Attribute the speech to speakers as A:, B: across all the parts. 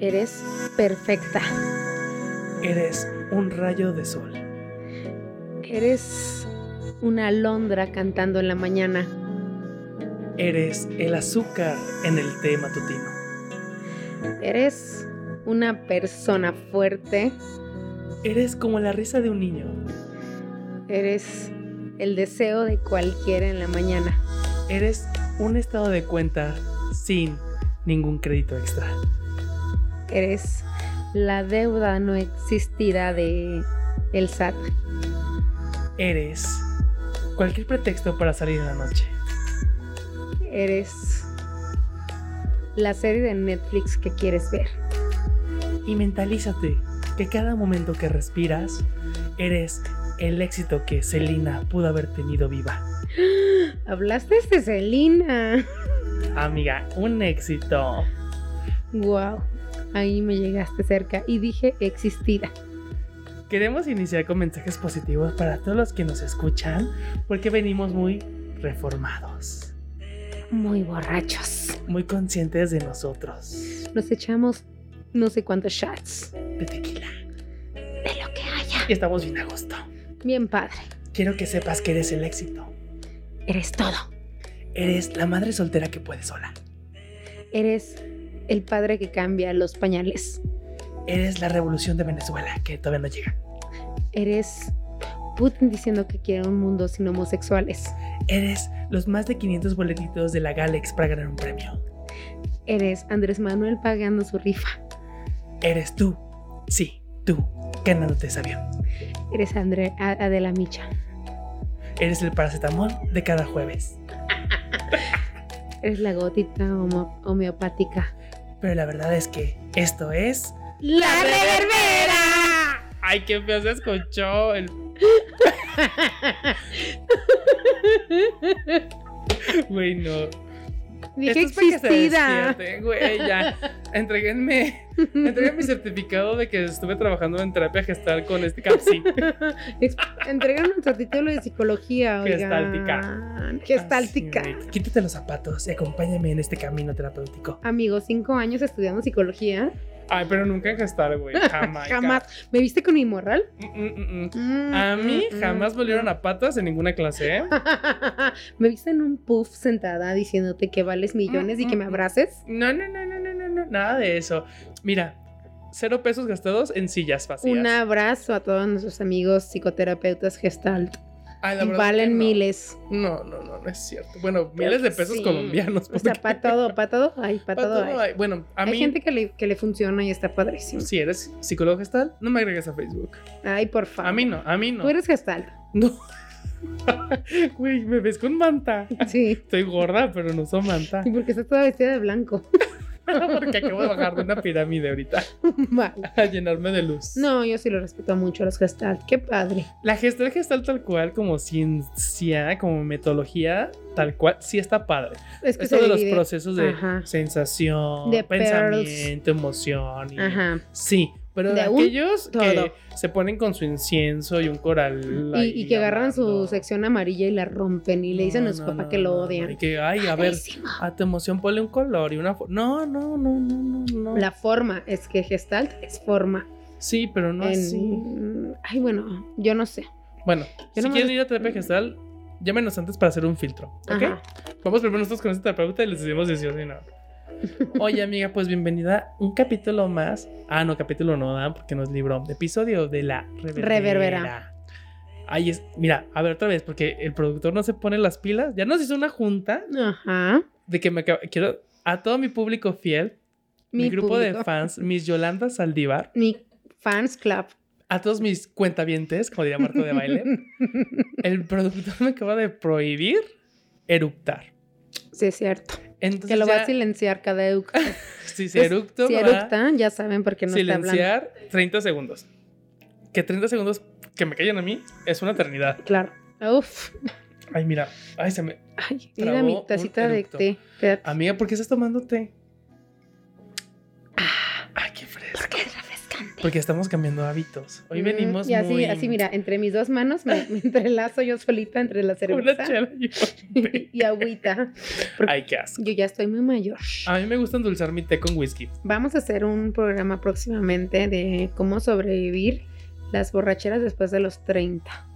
A: Eres perfecta.
B: Eres un rayo de sol.
A: Eres una alondra cantando en la mañana.
B: Eres el azúcar en el té matutino.
A: Eres una persona fuerte.
B: Eres como la risa de un niño.
A: Eres el deseo de cualquiera en la mañana.
B: Eres un estado de cuenta sin ningún crédito extra.
A: Eres la deuda no existida de el SAT.
B: Eres cualquier pretexto para salir en la noche.
A: Eres la serie de Netflix que quieres ver.
B: Y mentalízate que cada momento que respiras, eres el éxito que Selena pudo haber tenido viva.
A: Hablaste de Selena.
B: Amiga, un éxito.
A: Wow. Ahí me llegaste cerca y dije existida.
B: Queremos iniciar con mensajes positivos para todos los que nos escuchan, porque venimos muy reformados,
A: Muy borrachos.
B: muy conscientes de nosotros.
A: Nos echamos no sé cuántos shots
B: De tequila.
A: de lo que haya.
B: Y estamos bien a gusto.
A: Bien padre.
B: Quiero que sepas que eres el éxito.
A: Eres todo.
B: Eres la madre soltera que puede sola.
A: Eres el padre que cambia los pañales.
B: Eres la revolución de Venezuela, que todavía no llega.
A: Eres Putin diciendo que quiere un mundo sin homosexuales.
B: Eres los más de 500 boletitos de la Galex para ganar un premio.
A: Eres Andrés Manuel pagando su rifa.
B: Eres tú. Sí, tú. Ganándote ese avión.
A: Eres André A- Adela Micha.
B: Eres el paracetamol de cada jueves.
A: Eres la gotita homo- homeopática.
B: Pero la verdad es que esto es.
A: ¡La reverbera!
B: ¡Ay, qué feo se escuchó! El... Güey, no.
A: Dije
B: Esto es para que se
A: existida.
B: despierten, Güey, ya. Entréguenme, entréguenme mi certificado de que estuve trabajando en terapia gestal con este capsi.
A: Ex- Entregan nuestro título de psicología. Gestáltica.
B: Gestáltica.
A: Gestáltica.
B: Así, güey. Quítate los zapatos y acompáñame en este camino terapéutico.
A: Amigos, cinco años estudiando psicología.
B: Ay, pero nunca en gestal, güey. Jamás.
A: Jamás. ¿Me viste con mi morral?
B: Mm, mm, mm. A mí jamás volvieron a patas en ninguna clase, ¿eh?
A: me viste en un puff sentada diciéndote que vales
B: Mm,
A: millones y que me abraces.
B: No, no, no, no, no, no, no, nada de eso. Mira, cero pesos gastados en sillas vacías.
A: Un abrazo a todos nuestros amigos psicoterapeutas gestalt.
B: Ay, la verdad
A: Valen
B: que no.
A: miles.
B: No, no, no, no es cierto. Bueno,
A: Creo
B: miles de
A: que
B: pesos
A: sí.
B: colombianos.
A: O sea,
B: porque-
A: para todo, para todo hay, para
B: pa'
A: todo
B: todo
A: hay.
B: hay. Bueno, a
A: Hay
B: mí,
A: gente que le, que le funciona y está padrísimo.
B: si eres psicólogo gestal, no me agregues a Facebook.
A: Ay, por favor.
B: A mí no, a mí no.
A: Tú eres gestalt.
B: No. Güey, me ves con manta.
A: Sí.
B: Estoy gorda, pero no soy manta.
A: Y porque estás toda vestida de blanco.
B: Porque acabo de bajar de una pirámide ahorita
A: Mal.
B: a llenarme de luz.
A: No, yo sí lo respeto mucho a los gestalt. Qué padre.
B: La gestal gestal tal cual, como ciencia, como metodología, tal cual, sí está padre.
A: Es que
B: Esto
A: se
B: de los
A: divide.
B: procesos de
A: Ajá.
B: sensación,
A: De
B: pensamiento, emoción. y-
A: Ajá.
B: Sí, pero
A: De
B: de
A: un
B: aquellos
A: todo.
B: que se ponen con su incienso y un coral.
A: Y, y que agarran su sección amarilla y la rompen y le dicen a su papá que lo odian.
B: Y que, ay, a ver,
A: Padrísimo.
B: a tu emoción ponle un color y una. fo- No, no, no, no, no. no.
A: La forma, es que gestalt es forma.
B: Sí, pero no
A: En-
B: así.
A: Ay, bueno, yo no sé.
B: Bueno, si
A: nomás- Mm.
B: quieren ir a terapia gestal, llámenos antes para hacer un filtro, ¿ok?
A: Ajá.
B: Vamos primero nosotros con este terapeuta y les decimos si sí o si no. Oye, amiga, pues bienvenida un capítulo más. Ah, no, capítulo no, Dan, porque nos libró. Episodio de la reverbera.
A: Reverbera.
B: Ahí es. Mira, a ver otra vez, porque el productor no se pone las pilas. Ya nos hizo una junta
A: Ajá.
B: de que me acaba- Quiero. A todo mi público fiel, mi, grupo de
A: público.
B: fans, mis Yolanda Saldívar,
A: Mi fans club.
B: a todos mis cuentavientes, como diría Marco de Baile, el productor me acaba de prohibir eruptar.
A: sí, es cierto.
B: Entonces,
A: que lo va
B: ya-
A: a silenciar cada euc.
B: si se eructo,
A: si
B: me va a-
A: eructa, ya saben por qué no está hablando.
B: silenciar 30 segundos. Que 30 segundos que me callen a mí es una eternidad.
A: Claro. Uf.
B: Ay, mira. Ay, se me.
A: Ay, mira
B: Trabó
A: mi
B: un
A: tacita de
B: eructo.
A: té. Espérate. Ah.
B: Amiga, ¿por qué estás tomando té? Ay, qué fresco.
A: Porque es refrescante.
B: Porque estamos cambiando hábitos. Hoy
A: Mm,
B: venimos
A: Y así,
B: muy...
A: así, mira, entre mis dos manos me, me entrelazo yo solita entre la
B: con una
A: cerveza
B: chela y un té.
A: y agüita. porque-
B: Ay, qué asco.
A: Yo ya estoy muy mayor.
B: A mí me gusta endulzar mi té con whisky.
A: Vamos a hacer un programa próximamente de cómo sobrevivir las borracheras después de los 30.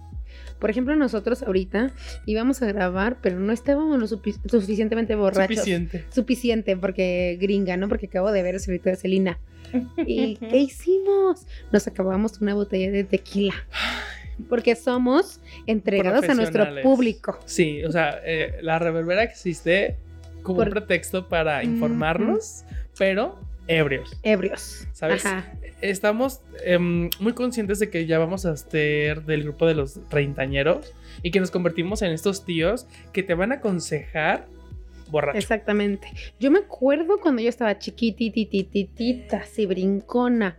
A: Por ejemplo, nosotros ahorita íbamos a grabar, pero no estábamos lo supi- suficientemente borrachos.
B: Suficiente.
A: Suficiente, porque gringa, ¿no? Porque acabo de ver el video de Selena. ¿Y qué hicimos? Nos acabamos una botella de tequila. Porque somos entregados a nuestro
B: Profesionales.
A: público.
B: Sí, o sea, eh, la reverbera existe como un
A: Por-
B: pretexto para informarnos, pero ebrios.
A: Ebrios.
B: ¿Sabes?
A: Ajá.
B: Estamos em, muy conscientes de que ya vamos a ser del grupo de los treintañeros y que nos convertimos en estos tíos que te van a aconsejar borracho.
A: Exactamente. Yo me acuerdo cuando yo estaba chiquititititita, así brincona,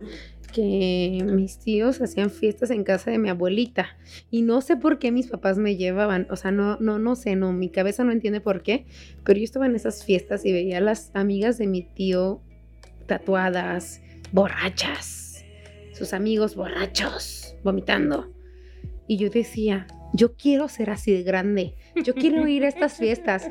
A: que mis tíos hacían fiestas en casa de mi abuelita y no sé por qué mis papás me llevaban, o sea, no no no sé, no mi cabeza no entiende por qué, pero yo estaba en esas fiestas y veía a las amigas de mi tío tatuadas, borrachas, sus amigos borrachos, vomitando. Y yo decía, yo quiero ser así de grande, yo quiero ir a estas fiestas.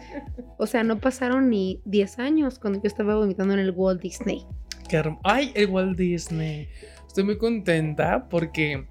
A: O sea, no pasaron ni 10 años cuando yo estaba vomitando en el Walt Disney.
B: Qué herm- Ay, el Walt Disney. Estoy muy contenta porque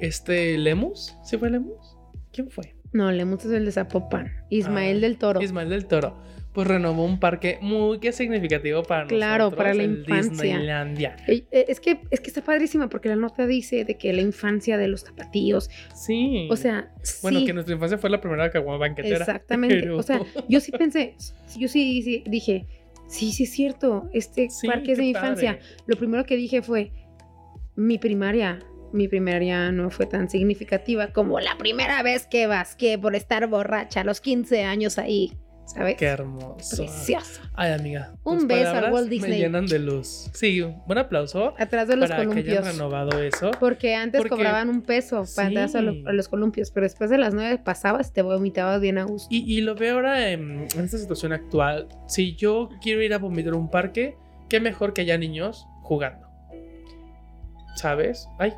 B: este Lemus, ¿sí fue Lemus? ¿Quién fue?
A: No, Lemus es el de Zapopan. Ismael
B: Ah,
A: del Toro.
B: Ismael del Toro. Pues renovó un parque muy que significativo para
A: Claro,
B: nosotros.
A: para la
B: el
A: infancia.
B: Disneylandia.
A: Eh, eh, Es que, es que está padrísima porque la nota dice de que la infancia de los zapatillos.
B: Sí.
A: O sea,
B: Mm. Bueno,
A: sí,
B: que nuestra infancia fue la primera caguama banquetera.
A: exactamente.
B: pero-
A: O sea, yo sí pensé, yo sí, sí dije, sí, sí es cierto, este
B: Sí,
A: parque es
B: qué
A: de mi
B: padre.
A: infancia. Lo primero que dije fue, mi primaria, mi primaria no fue tan significativa como la primera vez que vas, que por estar borracha a los 15 años ahí, ¿sabes?
B: Qué hermoso.
A: Precioso.
B: Ay, amiga.
A: Un
B: tus
A: beso a
B: palabras
A: Walt Disney.
B: Me llenan de luz. Sí, un buen aplauso
A: Atrás de los
B: para que hayan
A: columpios.
B: renovado eso.
A: Porque antes
B: Porque-
A: cobraban un peso para atrás a, lo-
B: Sí.
A: a los columpios, pero después de las nueve pasabas y te vomitabas bien a gusto.
B: Y, y lo veo ahora en, en esta situación actual. Si yo quiero ir a vomitar a un parque, qué mejor que haya niños jugando. ¿Sabes? Ay,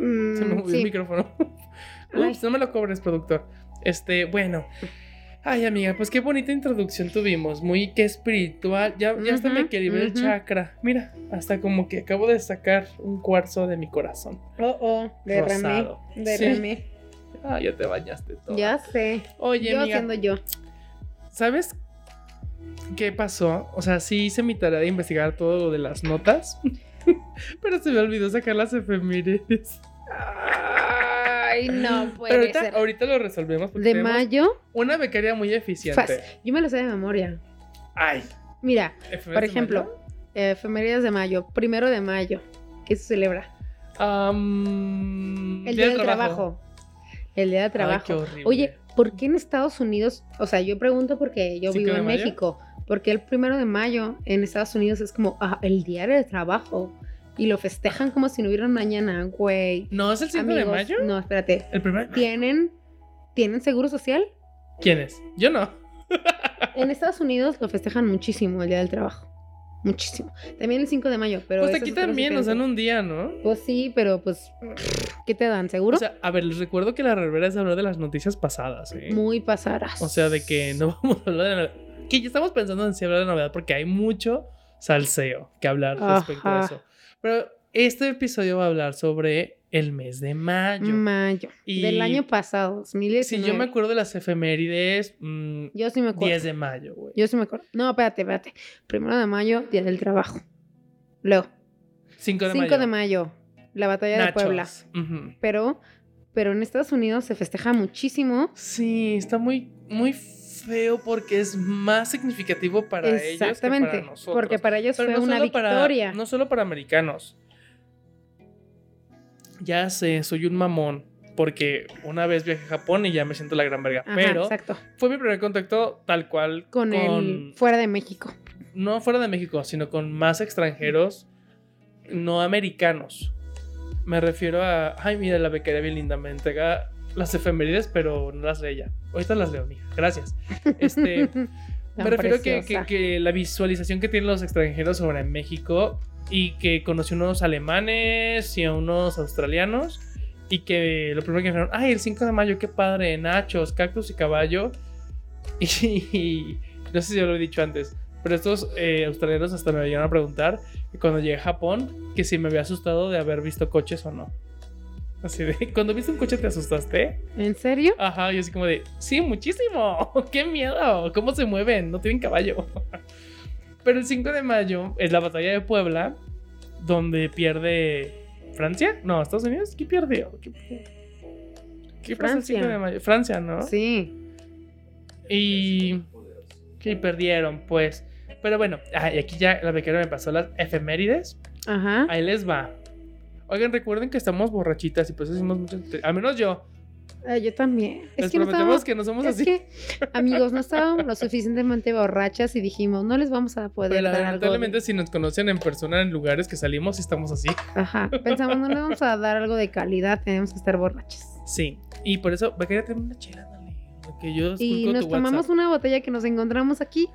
A: Mm,
B: se me movió el
A: sí.
B: micrófono.
A: Ay.
B: Ups, no me lo cobres, productor. Este, bueno. Ay, amiga, pues qué bonita introducción tuvimos. Muy que espiritual. Ya, ya hasta me
A: Ujú,
B: equilibré el
A: ujú.
B: chakra. Mira, hasta como que acabo de sacar un cuarzo de mi corazón.
A: Oh, oh, derramé.
B: Rosado.
A: Derramé.
B: Ah, ya te bañaste todo.
A: Ya sé.
B: Oye,
A: yo
B: amiga,
A: siendo yo.
B: ¿sabes qué pasó? O sea, sí hice mi tarea de investigar todo lo de las notas. pero se me olvidó sacar las efemérides.
A: Ay, no puede
B: Pero ahorita,
A: ser.
B: ahorita lo resolvemos. porque
A: De
B: tenemos
A: mayo,
B: Una becaria muy eficiente.
A: fácil. Yo me lo sé de memoria.
B: Ay.
A: Mira,
B: efemérides
A: por
B: de
A: ejemplo,
B: mayo.
A: eh, efemérides de mayo, primero de mayo, que se celebra.
B: Am, Mm,
A: El día, del trabajo. El día del
B: Ay, qué
A: trabajo.
B: horrible.
A: Oye, ¿por qué en Estados Unidos? O sea, yo pregunto porque yo
B: ¿Sí
A: vivo
B: que de
A: en
B: mayo?
A: México. Porque el primero de mayo en Estados Unidos es como ah, el día del trabajo. Y lo festejan como si no hubiera un mañana, güey.
B: ¿No es el 5 de
A: Amigos,
B: mayo?
A: No, espérate.
B: ¿El primer?
A: ¿Tienen, ¿Tienen seguro social?
B: ¿Quién es? Yo no.
A: En Estados Unidos lo festejan muchísimo el Día del Trabajo. Muchísimo. También el 5 de mayo, pero...
B: Pues
A: eso es
B: aquí
A: otro
B: también nos
A: diferente.
B: dan un día, ¿no?
A: Pues sí, pero pues... ¿Qué te dan? ¿Seguro?
B: Mm. O sea, a ver, les recuerdo que la revera es hablar de las noticias pasadas, ¿eh?
A: Muy pasarás.
B: O sea, de que no vamos a hablar de la- Que ya estamos pensando en si hablar de novedad porque hay mucho salseo que hablar respecto a
A: Ajá.
B: eso. Pero este episodio va a hablar sobre el mes de mayo.
A: Mayo.
B: Y-
A: Del año pasado, 2019.
B: Si yo me acuerdo de las efemérides, mm,
A: Yo sí me acuerdo.
B: 10 de mayo, güey.
A: Yo sí me acuerdo. No, espérate, espérate. Primero de mayo, Día del Trabajo. Luego,
B: 5 de
A: 5
B: mayo.
A: de mayo, la Batalla de
B: Nachos.
A: Puebla.
B: Ujú.
A: Pero, pero en Estados Unidos se festeja muchísimo.
B: Sí, está muy, muy feo porque es más significativo para ellos que
A: Exactamente.
B: para nosotros.
A: porque para ellos
B: Pero
A: fue una
B: solo para-
A: victoria.
B: no solo para americanos. Ya sé, soy un mamón. Porque una vez viajé a Japón y ya me siento la gran verga.
A: Ajá,
B: pero
A: exacto.
B: fue mi primer contacto tal cual
A: Con, el fuera de México.
B: No fuera de México, sino con más extranjeros no americanos. Me refiero a. Ay, mira, la becaria bien linda. Me entrega las efemérides, pero no las lee ella. Ahorita las leo, mija. Gracias. Este.
A: Tan
B: Me refiero que, que,
A: preciosa.
B: que la visualización que tienen los extranjeros sobre México y que conocí unos alemanes y a unos australianos y que lo primero que me dijeron, ay, el 5 de mayo, qué padre, nachos, cactus y caballo. Y, y no sé si yo lo he dicho antes, pero estos eh, australianos hasta me llegaron a preguntar que cuando llegué a Japón que si me había asustado de haber visto coches o no. Así de, cuando viste un coche te asustaste.
A: ¿En serio?
B: Ajá, yo así como de, sí, muchísimo. ¡Qué miedo! ¿Cómo se mueven? No tienen caballo. Pero el 5 de mayo es la batalla de Puebla, donde pierde Francia. No, Estados Unidos. ¿Qué pierde? ¿Qué, qué pasa el
A: Francia.
B: 5 de mayo? Francia, ¿no?
A: Sí.
B: Y que perdieron, pues. Pero bueno, ah, y aquí ya la becaria me pasó las efemérides.
A: Ajá.
B: Ahí les va. Oigan, recuerden que estamos borrachitas y pues hacemos muchas. te- Al menos yo.
A: Ah, yo también.
B: Les
A: Es que no
B: prometemos
A: estábamos...
B: que no somos
A: Es
B: así.
A: que, amigos, no estábamos lo suficientemente borrachas y dijimos, no les vamos a poder
B: Pero
A: dar algo. de-
B: lamentablemente, si nos conocen en persona en lugares que salimos, sí estamos así.
A: Ajá. Pensamos, no les vamos a dar algo de calidad, tenemos que estar borrachas.
B: Sí. Y por eso, becaria, tener una chela, dale. Que yo
A: Y
B: esculco
A: nos
B: tu
A: tomamos
B: WhatsApp.
A: una botella que nos encontramos aquí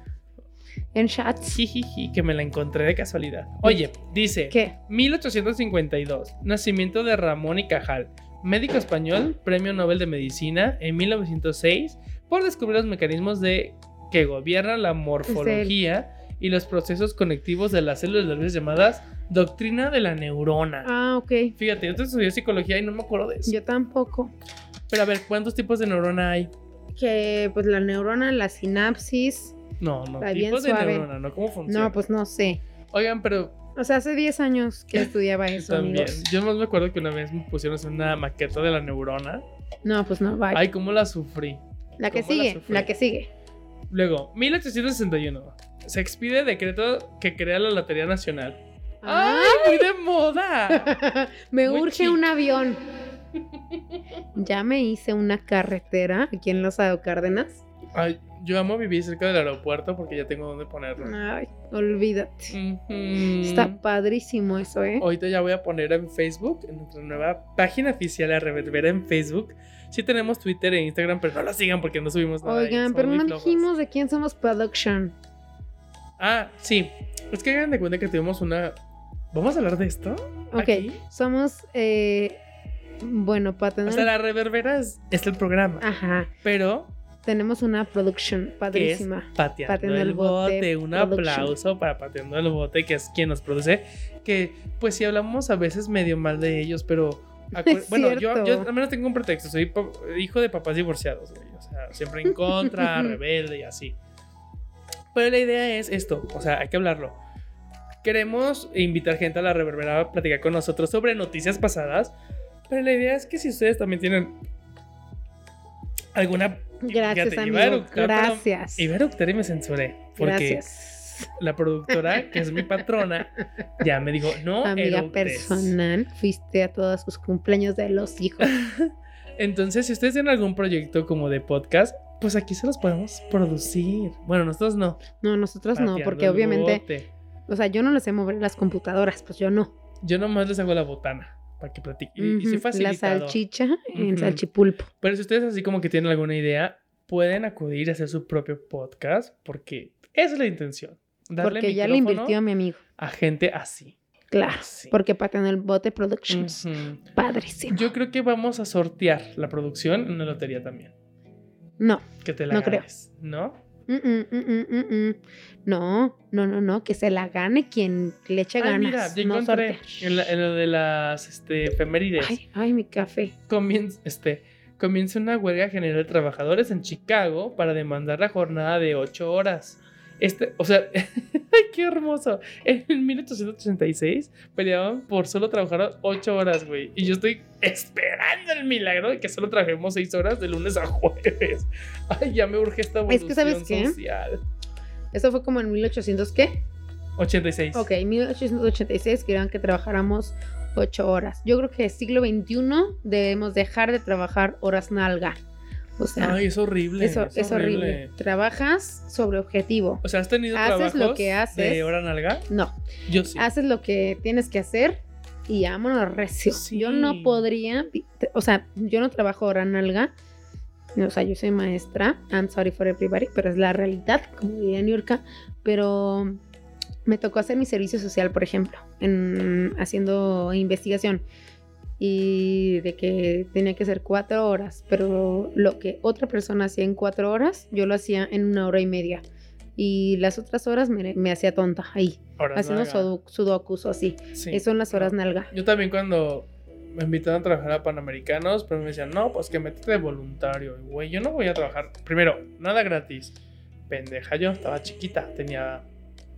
A: en chats.
B: Jijiji, que me la encontré de casualidad. Oye, dice.
A: ¿Qué?
B: 1852, nacimiento de Ramón y Cajal, médico español, premio Nobel de Medicina en 1906 por descubrir los mecanismos de que gobiernan la morfología y los procesos conectivos de las células nerviosas llamadas doctrina de la neurona.
A: Ah, ok.
B: Fíjate, yo te estudié psicología y no me acuerdo de eso.
A: Yo tampoco.
B: Pero a ver, ¿cuántos tipos de neurona hay?
A: Que pues la neurona, la sinapsis.
B: No, no,
A: Está bien
B: tipos de
A: suave.
B: neurona, ¿no? ¿Cómo funciona?
A: No, pues no sé.
B: Oigan, pero
A: O sea, hace 10 años que estudiaba
B: yo
A: eso,
B: también.
A: amigos.
B: Yo más me acuerdo que una vez me pusieron a hacer una maqueta de la neurona.
A: No, pues no, va.
B: Ay, cómo la sufrí.
A: La que
B: ¿cómo la
A: sigue,
B: sufrí?
A: la que sigue.
B: Luego, 1861. Se expide decreto que crea la Lotería Nacional. ¡Ay,
A: Ah,
B: muy de moda!
A: me
B: muy
A: urge
B: chic.
A: un avión. Ya me hice una carretera aquí en Los Cárdenas.
B: Ay, yo amo vivir cerca del aeropuerto porque ya tengo dónde ponerlo.
A: Ay, olvídate.
B: Ujú.
A: Está padrísimo eso, ¿eh?
B: Ahorita ya voy a poner en Facebook, en nuestra nueva página oficial, a reverbera en Facebook. Sí tenemos Twitter e Instagram, pero no la sigan porque no subimos nada. ahí,
A: Oigan,
B: somos
A: pero
B: muy
A: no
B: flojos.
A: dijimos de quién somos production.
B: Ah, sí. Es que hagan de cuenta que tuvimos una... ¿Vamos a hablar de esto?
A: Ok,
B: Aquí.
A: somos, eh, bueno, para tener...
B: O sea, la reverbera es, es el programa,
A: Ajá,
B: pero
A: tenemos una production
B: que es
A: padrísima.
B: Pateando,
A: Pateando
B: el
A: el
B: bote.
A: Bote
B: Un
A: Production.
B: aplauso para Pateando el bote, que es quien nos produce. Que pues sí hablamos a veces medio mal de ellos, pero acu-
A: Es
B: bueno, yo, yo
A: cierto.
B: al menos tengo un pretexto. Soy pa- hijo de papás divorciados, güey, O sea, siempre en contra, rebelde y así. Pero la idea es esto, o sea, hay que hablarlo. Queremos invitar gente a la reverbera a platicar con nosotros sobre noticias pasadas. Pero la idea es que si ustedes también tienen alguna
A: Gracias,
B: Fíjate, iba a
A: amigo.
B: eructar, pero-
A: Gracias.
B: Iba a eructar y me censuré. Porque
A: Gracias.
B: la productora, que es mi patrona, ya me dijo, no
A: Amiga
B: eructes".
A: personal, fuiste a todos sus cumpleaños de los hijos.
B: Entonces, si ustedes tienen algún proyecto como de podcast, pues aquí se los podemos producir. Bueno, nosotros no.
A: No, nosotros no,
B: pateando
A: porque
B: el
A: obviamente,
B: bote.
A: o sea, yo no les sé mover las computadoras, pues yo no.
B: Yo nomás les hago la botana para que platiquen. Y- Y,
A: Ujú,
B: soy
A: La
B: facilitador.
A: salchicha en
B: Ujú.
A: salchipulpo.
B: Pero si ustedes así como que tienen alguna idea, pueden acudir a hacer su propio podcast porque esa es la intención. Darle
A: Porque ya le
B: micrófono
A: invirtió Ah, a mi amigo.
B: a gente así.
A: Claro.
B: así.
A: Porque para el bote Productions.
B: Ujú.
A: Padrísimo.
B: Mm. Yo creo que vamos a sortear la producción en una lotería también.
A: No.
B: Que te la
A: No creo.
B: ganes, ¿no?
A: Mm, mm, mm, mm, mm, mm. No, no, no, no. Que se la gane quien le eche
B: Ay, mira,
A: ganas.
B: ya
A: no
B: encontré
A: sortear.
B: en, la- en lo de las este, efemérides.
A: Ay, ay, mi café.
B: Comienza, este, comienza una huelga general de trabajadores en Chicago para demandar la jornada de 8 horas. Este, o sea, ¡ay, qué hermoso! En 1886 peleaban por solo trabajar 8 horas, güey. Y yo estoy esperando el milagro de que solo trabajemos 6 horas de lunes a jueves. Ay, ya me urge esta
A: Es
B: evolución
A: que, ¿sabes qué?
B: social.
A: Eso fue como en 1800, ¿qué?
B: 86.
A: Ok, 1886 querían que trabajáramos 8 horas. Yo creo que siglo XXI debemos dejar de trabajar horas nalga. O sea,
B: Ay, es horrible.
A: eso es horrible. Trabajas sobre objetivo.
B: O sea, ¿has tenido
A: Haces lo
B: trabajos
A: que haces.
B: de hora nalga?
A: No,
B: Yo sí.
A: haces lo que tienes que hacer y vámonos recio.
B: Sí.
A: Yo no podría, vi- te- o sea, yo no trabajo hora nalga. O sea, yo soy maestra. I'm sorry for everybody, pero es la realidad, como diría Niurka. Pero me tocó hacer mi servicio social, por ejemplo, en, haciendo investigación. Y de que tenía que ser cuatro horas, pero lo que otra persona hacía en cuatro horas, yo lo hacía en una hora y media. Y las otras horas me, me hacía tonta ahí,
B: Ahora,
A: haciendo
B: nalga.
A: sudo- sudokus o así.
B: Sí.
A: Eso son las horas nalga.
B: Yo también cuando me invitaron a trabajar a Panamericanos, pero me decían, no, pues que métete de voluntario. Y, Güey, yo no voy a trabajar. Primero, nada gratis. Pendeja, yo estaba chiquita, tenía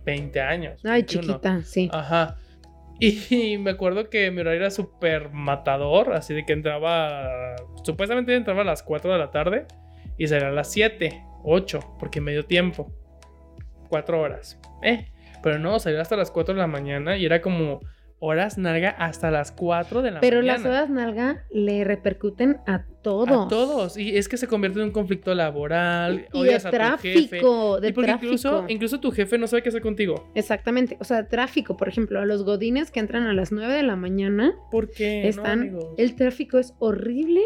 B: 20 años.
A: Ay,
B: 21.
A: chiquita, sí.
B: Ajá. Y, me acuerdo que mi horario era súper matador, así de que entraba, supuestamente entraba a las 4 de la tarde y salía a las 7, 8, porque medio tiempo. 4 horas. Eh, pero no, salía hasta las 4 de la mañana y era como horas narga hasta las 4 de la
A: Pero
B: mañana.
A: las horas nalga le repercuten a todos.
B: A todos. Y es que se convierte en un conflicto laboral.
A: Y de
B: odias a tu jefe.
A: tráfico, de
B: y porque
A: tráfico.
B: incluso, incluso tu jefe no sabe qué hacer contigo.
A: Exactamente. O sea, tráfico, por ejemplo, a los godines que entran a las 9 de la mañana,
B: Porque
A: están. el tráfico es horrible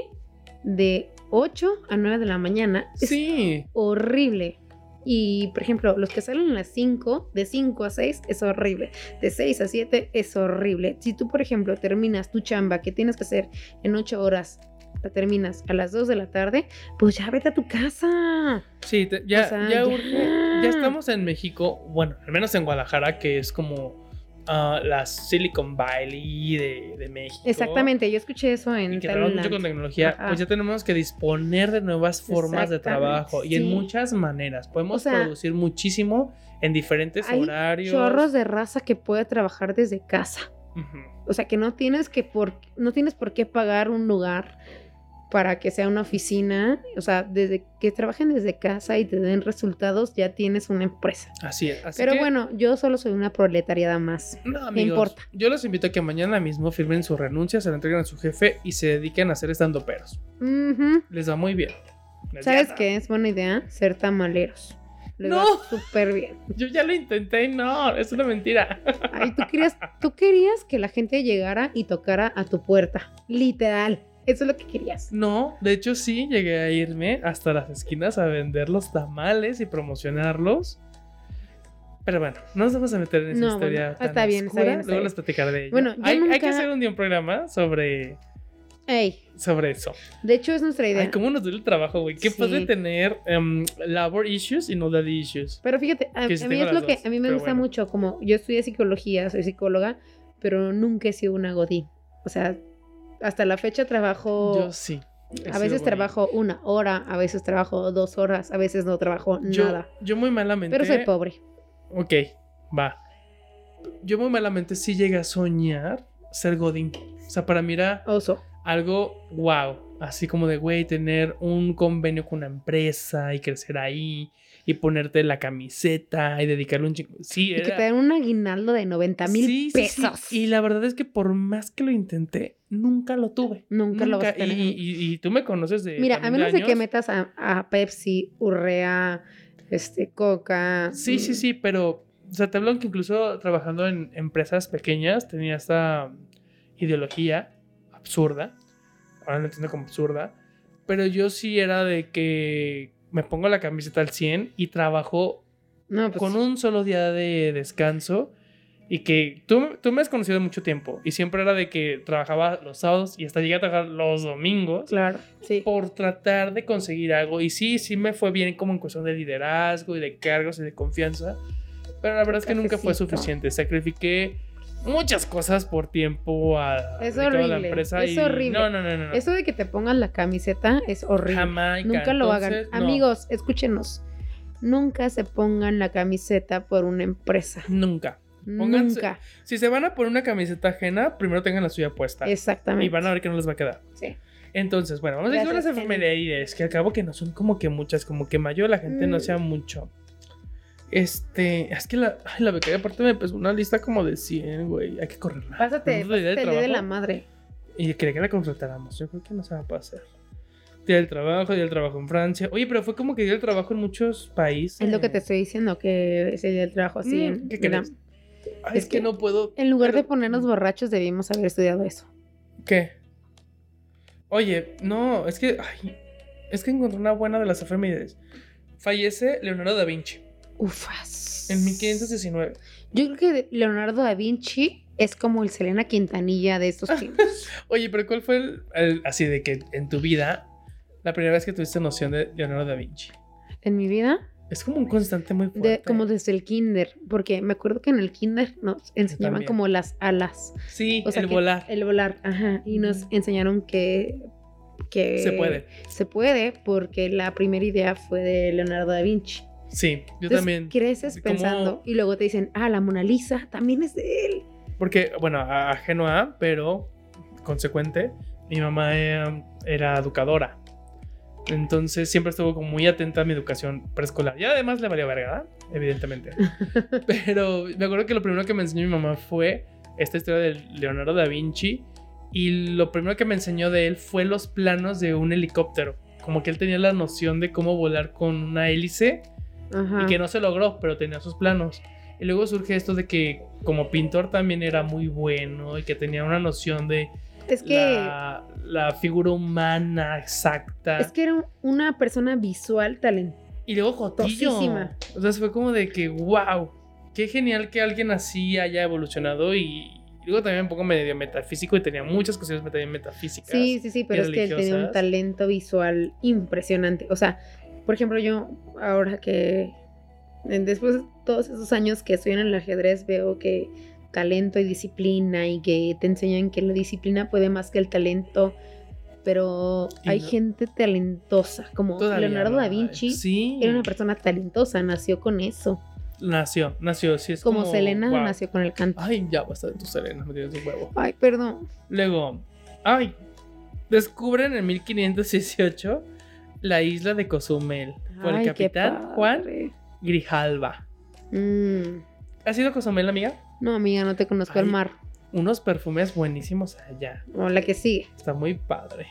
A: de 8 a 9 de la mañana. Es
B: Sí.
A: horrible. Y, por ejemplo, los que salen a las 5, de 5 a 6 es horrible. De 6 a 7 es horrible. Si tú, por ejemplo, terminas tu chamba que tienes que hacer en 8 horas, la terminas a las 2 de la tarde, pues ya vete a tu casa.
B: Sí, te- ya,
A: O sea,
B: ya
A: ya.
B: urge. Ya estamos en México, bueno, al menos en Guadalajara, que es como ah, la Silicon Valley de, de México.
A: Exactamente, yo escuché eso en
B: Y que
A: Time
B: trabaja mucho
A: Land.
B: con tecnología,
A: Ajá.
B: pues ya tenemos que disponer de nuevas formas de
A: Exactamente,
B: trabajo y en
A: sí.
B: muchas maneras. Podemos
A: O sea,
B: producir muchísimo en diferentes
A: hay
B: horarios.
A: Chorros de raza que puede trabajar desde casa.
B: Ujú.
A: O sea, que no tienes que por no tienes por qué pagar un lugar para que sea una oficina, o sea, desde que trabajen desde casa y te den resultados ya tienes una empresa.
B: Así es. Así
A: Pero
B: que,
A: bueno, yo solo soy una proletariada más.
B: no, amigos,
A: importa.
B: Yo los invito a que mañana mismo firmen su renuncia, se la entreguen a su jefe y se dediquen a ser estando peros.
A: Ujú.
B: Les va muy bien. Les
A: ¿Sabes
B: gana.
A: qué es buena idea? Ser tamaleros. Les va
B: No.
A: súper bien.
B: Yo ya lo intenté y no, es una mentira.
A: Ay, tú querías, tú querías que la gente llegara y tocara a tu puerta. Literal. Eso es lo que querías.
B: No, de hecho sí, llegué a irme hasta las esquinas a vender los tamales y promocionarlos. Pero bueno, no nos vamos a meter en esa
A: No,
B: historia.
A: bueno,
B: tan
A: está bien, está
B: oscura,
A: bien, está
B: Luego
A: bien.
B: les platicaré de ello.
A: Bueno, yo
B: hay, hay que
A: nunca-
B: hacer un día un programa sobre,
A: Ey,
B: sobre eso.
A: de hecho es nuestra idea.
B: Ay, cómo nos duele el trabajo, güey. Qué
A: Sí.
B: padre tener em, labor issues y no daddy issues.
A: Pero fíjate, a,
B: Que sí
A: a mí
B: tengo
A: es
B: las
A: lo que
B: dos,
A: a mí me
B: pero
A: gusta
B: bueno.
A: mucho, como yo estudié psicología, soy psicóloga, pero nunca he sido una godín. O sea, hasta la fecha trabajo,
B: Yo sí. he
A: Oh. a
B: sido
A: veces
B: godín.
A: trabajo una hora, a veces trabajo dos horas, a veces no trabajo
B: Yo,
A: nada.
B: yo muy malamente.
A: Pero soy pobre.
B: Ok, va. Yo muy malamente sí llegué a soñar ser Godín. O sea, para mí era
A: Oso.
B: algo wow. Así como de, güey, tener un convenio con una empresa y crecer ahí y ponerte la camiseta y dedicarle un chingo. Sí,
A: Y que
B: era-
A: te dan un aguinaldo de 90 mil
B: Sí, sí, sí.
A: pesos.
B: Y la verdad es que por más que lo intenté, nunca lo tuve.
A: Nunca, lo vas a
B: Nunca. Y,
A: tener.
B: y- y tú me conoces de.
A: Mira, a
B: también
A: menos de que
B: años.
A: metas a, a Pepsi, Urrea, este, Coca.
B: Sí, sí,
A: mm,
B: sí, pero. O sea, te hablo que incluso trabajando en empresas pequeñas tenía esta ideología absurda. Ahora no entiendo como absurda. Pero yo sí era de que me pongo la camiseta al 100 y trabajo
A: No, pues,
B: con un solo día de descanso. Y que tú, tú me has conocido mucho tiempo. Y siempre era de que trabajaba los sábados y hasta llegué a trabajar los domingos
A: claro. Sí.
B: por tratar de conseguir algo. Y sí, sí me fue bien como en cuestión de liderazgo y de cargos y de confianza. Pero la verdad es que nunca fue
A: Cafecito.
B: suficiente. Sacrifiqué muchas cosas por tiempo a,
A: Es
B: dedicado a la
A: horrible,
B: empresa.
A: es
B: y-
A: horrible.
B: No, no, no, no. no.
A: Eso de que te pongas la camiseta es horrible.
B: Jamaica.
A: Nunca lo hagan.
B: Entonces, no.
A: Amigos, escúchenos. Nunca se pongan la camiseta por una empresa.
B: Nunca. Pónganse-
A: Nunca.
B: Si se van a poner una camiseta ajena, primero tengan la suya puesta.
A: Exactamente.
B: Y van a ver que no les va a quedar.
A: Sí.
B: Entonces, bueno, vamos a ir con las
A: Gracias, Jenny.
B: efemerides, que al cabo que no son como que muchas, como que mayor la gente no
A: Mm.
B: sea mucho. Este, es que la, ay, la becaria aparte me puso una lista como de 100, güey, hay que correrla.
A: Pásate,
B: Nosotros Pues la idea del
A: pásate el día de la
B: trabajo,
A: madre.
B: Y quería que la contratáramos, yo creo que no se va a pasar. Día del trabajo, día del trabajo en Francia. Oye, pero fue como que día del trabajo en muchos países.
A: Es lo que te estoy diciendo, que ese día del trabajo así.
B: Mm,
A: en,
B: ¿qué
A: mira,
B: crees? Ay,
A: es
B: es que,
A: que-
B: no puedo.
A: en lugar de
B: pero- mm.
A: ponernos borrachos, debimos haber estudiado eso.
B: ¿Qué? Oye, no, es que. ay, es que encontré una buena de las efemérides. Fallece Leonardo da Vinci.
A: Ufas.
B: En 1519.
A: Yo creo que Leonardo da Vinci es como el Selena Quintanilla de estos tiempos.
B: Oye, pero ¿cuál fue el, el- así de que en tu vida la primera vez que tuviste noción de Leonardo da Vinci?
A: en mi vida,
B: Es como un constante muy
A: de-
B: fuerte.
A: como desde el kinder, porque me acuerdo que en el kinder nos enseñaban
B: también.
A: como las alas,
B: sí,
A: o sea
B: el
A: que-
B: volar.
A: el volar, ajá, y nos enseñaron que que
B: Se puede.
A: Se puede porque la primera idea fue de Leonardo da Vinci.
B: Sí, yo
A: Entonces,
B: también.
A: creces
B: ¿Cómo?
A: pensando y luego te dicen, ah, la Mona Lisa también es de él.
B: Porque, bueno, a- ajeno a, pero consecuente, mi mamá eh, era educadora. Entonces siempre estuvo como muy atenta a mi educación preescolar. Y además le valió verga, ¿verdad? evidentemente. Pero me acuerdo que lo primero que me enseñó mi mamá fue esta historia de Leonardo da Vinci. Y lo primero que me enseñó de él fue los planos de un helicóptero. Como que él tenía la noción de cómo volar con una hélice
A: Ajá.
B: y que no se logró, pero tenía sus planos. Y luego surge esto de que como pintor también era muy bueno y que tenía una noción de
A: es que
B: la, la figura humana exacta.
A: es que era un- una persona visual talentosa.
B: Y luego Jotillo.
A: Tosísima.
B: O sea, fue como de que, wow, qué genial que alguien así haya evolucionado y... y Luego también un poco medio metafísico y tenía muchas cuestiones también metafísicas.
A: Sí, sí, sí, pero es que él tenía un
B: religiosas.
A: talento visual impresionante. O sea, por ejemplo, yo ahora que en- después de todos esos años que estoy en el ajedrez veo que talento y disciplina y que te enseñan que la disciplina puede más que el talento, pero
B: Y
A: hay
B: no-
A: gente talentosa, como
B: Todavía
A: Leonardo
B: no
A: da
B: hay.
A: Vinci.
B: Sí.
A: Era una persona talentosa, nació con eso.
B: Nació, nació, sí es
A: Como,
B: como...
A: Selena
B: wow.
A: nació con el canto.
B: Ay, ya basta de tu Selena, me tienes un huevo.
A: Ay, perdón.
B: Luego, ay, descubren en 1518 la isla de Cozumel por
A: Ay,
B: el
A: qué
B: capitán Juan
A: padre.
B: Grijalva.
A: Mm.
B: ¿Has ido a Cozumel, amiga?
A: No, amiga, no te conozco al
B: Ay.
A: mar.
B: Unos perfumes buenísimos allá.
A: O la que sigue.
B: Está muy padre.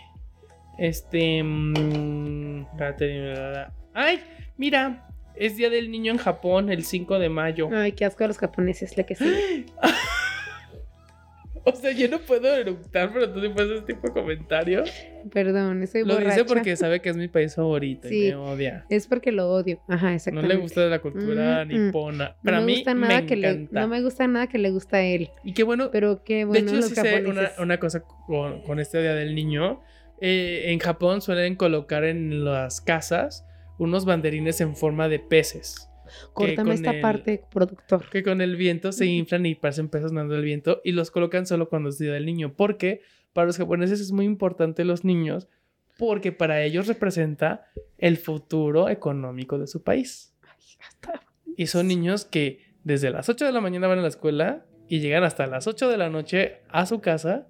B: Este. mm, espérate, la, la, la. ¡Ay! Mira, es Día del Niño en Japón, el 5 de mayo.
A: Ay, qué asco a los japoneses, la que sigue.
B: O sea, yo no puedo eructar, pero tú sí puedes ese tipo de comentario.
A: Perdón, estoy
B: Lo
A: borracha.
B: dice porque sabe que es mi país favorito
A: Sí.
B: y me odia.
A: Es porque lo odio. Ajá,
B: No
A: exactamente.
B: le gusta la cultura
A: Mm, mm.
B: nipona.
A: No
B: Para
A: me
B: mí
A: gusta nada
B: me
A: que le,
B: encanta.
A: no me gusta nada que le gusta a él.
B: Y qué bueno.
A: Pero qué bueno
B: de hecho,
A: los
B: sí sé una,
A: japoneses.
B: una cosa con, con este Día del Niño. Eh, en Japón suelen colocar en las casas unos banderines en forma de peces.
A: Córtame
B: con
A: esta
B: el-
A: parte, productor.
B: Que con el viento se
A: Ujú.
B: inflan y parecen peces nadando el viento. Y los colocan solo cuando es Día del Niño. Porque para los japoneses es muy importante los niños. Porque para ellos representa el futuro económico de su país.
A: Ay, hasta-
B: Y son niños que desde las 8 de la mañana van a la escuela y llegan hasta las 8 de la noche a su casa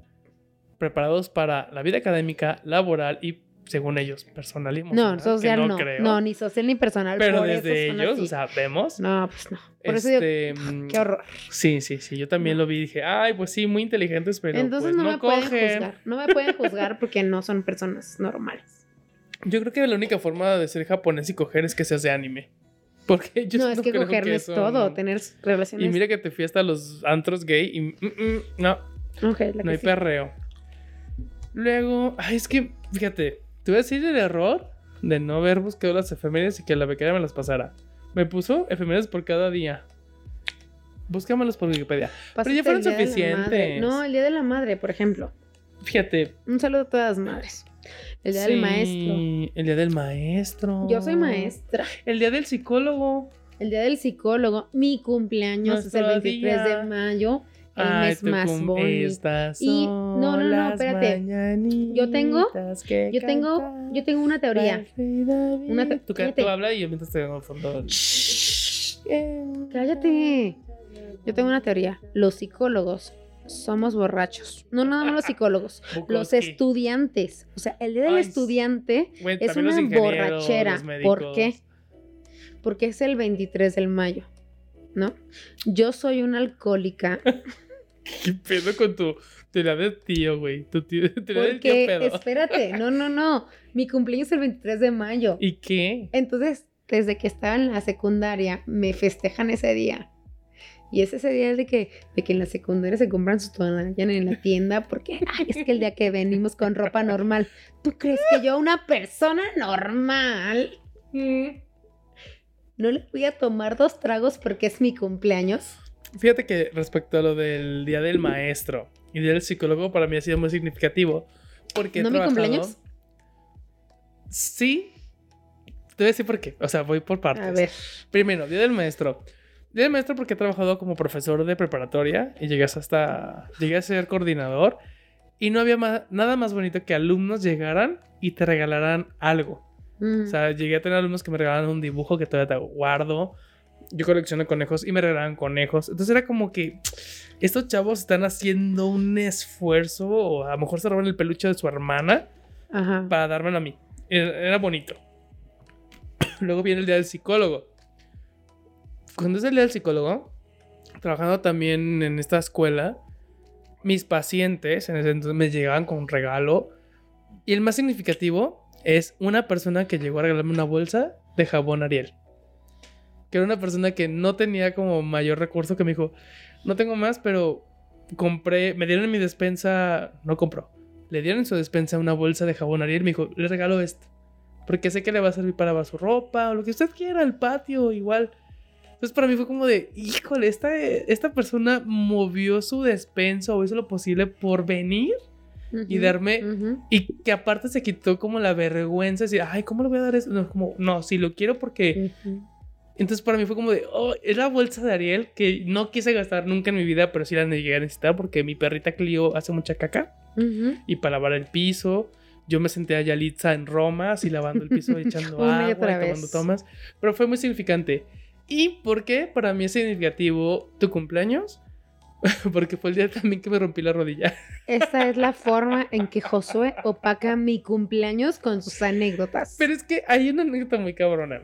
B: preparados para la vida académica, laboral y, según ellos, personal y
A: No,
B: emocional. que
A: social no. No,
B: creo.
A: ni social ni personal.
B: pero
A: por eso
B: desde
A: son
B: ellos,
A: así.
B: o sea, vemos.
A: No, pues no. Por eso digo,
B: este, mm,
A: qué horror.
B: Sí, sí, sí. Yo también lo vi y dije, ay, pues sí, muy inteligentes, pero
A: Entonces
B: pues,
A: no,
B: no,
A: me pueden
B: cogen.
A: juzgar. No me pueden juzgar porque no son personas normales.
B: Yo creo que la única forma de ser japonés y coger es que seas de anime. Porque yo
A: no, es que
B: creo
A: coger no es
B: eso
A: todo.
B: no-
A: Tener
B: Y
A: relaciones.
B: mira que te fui hasta los antros gay y mm, mm, no,
A: Ok, la que
B: no
A: sigue.
B: hay perreo. Luego, ay, es que, fíjate, te voy a decir el error de no haber buscado las efemérides y que la becaria me las pasara. Me puso efemérides por cada día. Búscamelas por Wikipedia.
A: Pasaste
B: ya fueron
A: el Día de la
B: suficientes.
A: Madre. No, el día de la madre, por ejemplo.
B: Fíjate.
A: Un saludo a todas las madres. El día
B: sí,
A: del maestro.
B: El día del maestro.
A: Yo soy maestra.
B: El día del psicólogo.
A: El día del psicólogo. Mi cumpleaños es el
B: Nuestro
A: 23
B: día.
A: de mayo. El mes
B: tú
A: más
B: cum-
A: bonito.
B: Estas
A: Y-
B: son
A: no, no, no,
B: las
A: espérate. Yo tengo-
B: mañanitas que
A: Yo tengo,
B: cantaba
A: yo tengo una teoría. Una
B: Una
A: te-
B: tú, ca-
A: cállate.
B: tú habla y yo mientras te hago fondo.
A: Cállate. Yo tengo una teoría. Los psicólogos somos borrachos. No, no, no los psicólogos. Los estudiantes. O sea, el día del
B: Ay,
A: estudiante
B: Bueno,
A: es
B: también los
A: una
B: ingenieros,
A: borrachera.
B: los médicos.
A: ¿Por qué? Porque es el 23 del mayo. ¿No? Yo soy una alcohólica
B: ¿Qué pedo con tu teoría de tío, güey? Tu tío, teoría del tío
A: Porque,
B: pedo.
A: espérate, no, no, no. Mi cumpleaños es el 23 de mayo.
B: ¿Y qué?
A: Entonces, desde que estaba en la secundaria, me festejan ese día. Y es ese día de que, de que en la secundaria se compran sus toallas en la tienda porque ay, es que el día que venimos con ropa normal.
B: Mm.
A: ¿Tú crees que yo, una persona normal, no le voy a tomar dos tragos porque es mi cumpleaños.
B: Fíjate que respecto a lo del día del maestro y día del psicólogo, para mí ha sido muy significativo. Porque he
A: ¿No mi
B: trabajado-
A: cumpleaños?
B: Sí. Te voy a decir por qué. O sea, voy por partes.
A: A ver,
B: Primero, Día del Maestro. Día del Maestro porque he trabajado como profesor de preparatoria y llegué hasta... Llegué a ser coordinador y no había ma- nada más bonito que alumnos llegaran y te regalaran algo.
A: mm,
B: O sea, llegué a tener alumnos que me regalaban un dibujo que todavía te guardo. Yo colecciono conejos y me regalaban conejos. Entonces era como que estos chavos están haciendo un esfuerzo o a lo mejor se roban el peluche de su hermana
A: Mm. ajá.
B: para dármelo a mí. Era era bonito. Luego viene el día del psicólogo. Cuando es el día del psicólogo, trabajando también en esta escuela, mis pacientes en ese entonces me llegaban con un regalo. Y el más significativo es una persona que llegó a regalarme una bolsa de jabón Ariel. Que era una persona que no tenía como mayor recurso que me dijo, no tengo más, pero compré, me dieron en mi despensa, no compró. Le dieron en su despensa una bolsa de jabón Ariel. Me dijo, le regalo esto. Porque sé que le va a servir para lavar su ropa o lo que usted quiera, el patio, igual. Entonces para mí fue como de, híjole, esta, esta persona movió su despensa o hizo lo posible por venir y
A: Ujú,
B: darme-
A: ujú.
B: y que aparte se quitó como la vergüenza, así, ay, ¿cómo le voy a dar eso? No, como, no, si lo quiero porque...
A: Ujú.
B: Entonces para mí fue como de, oh, es la bolsa de Ariel que no quise gastar nunca en mi vida, pero sí la llegué a necesitar porque mi perrita Clio hace mucha caca
A: Ujú.
B: y para lavar el piso. Yo me senté a Yalitza en Roma, así lavando el piso, echando
A: Una y
B: agua, y
A: otra
B: tomando
A: vez.
B: tomas. Pero fue muy significante. ¿Y por qué para mí es significativo tu cumpleaños? Porque fue el día también que me rompí la rodilla.
A: Esta es la forma en que Josué opaca mi cumpleaños con sus anécdotas.
B: Pero es que hay una anécdota muy cabrona.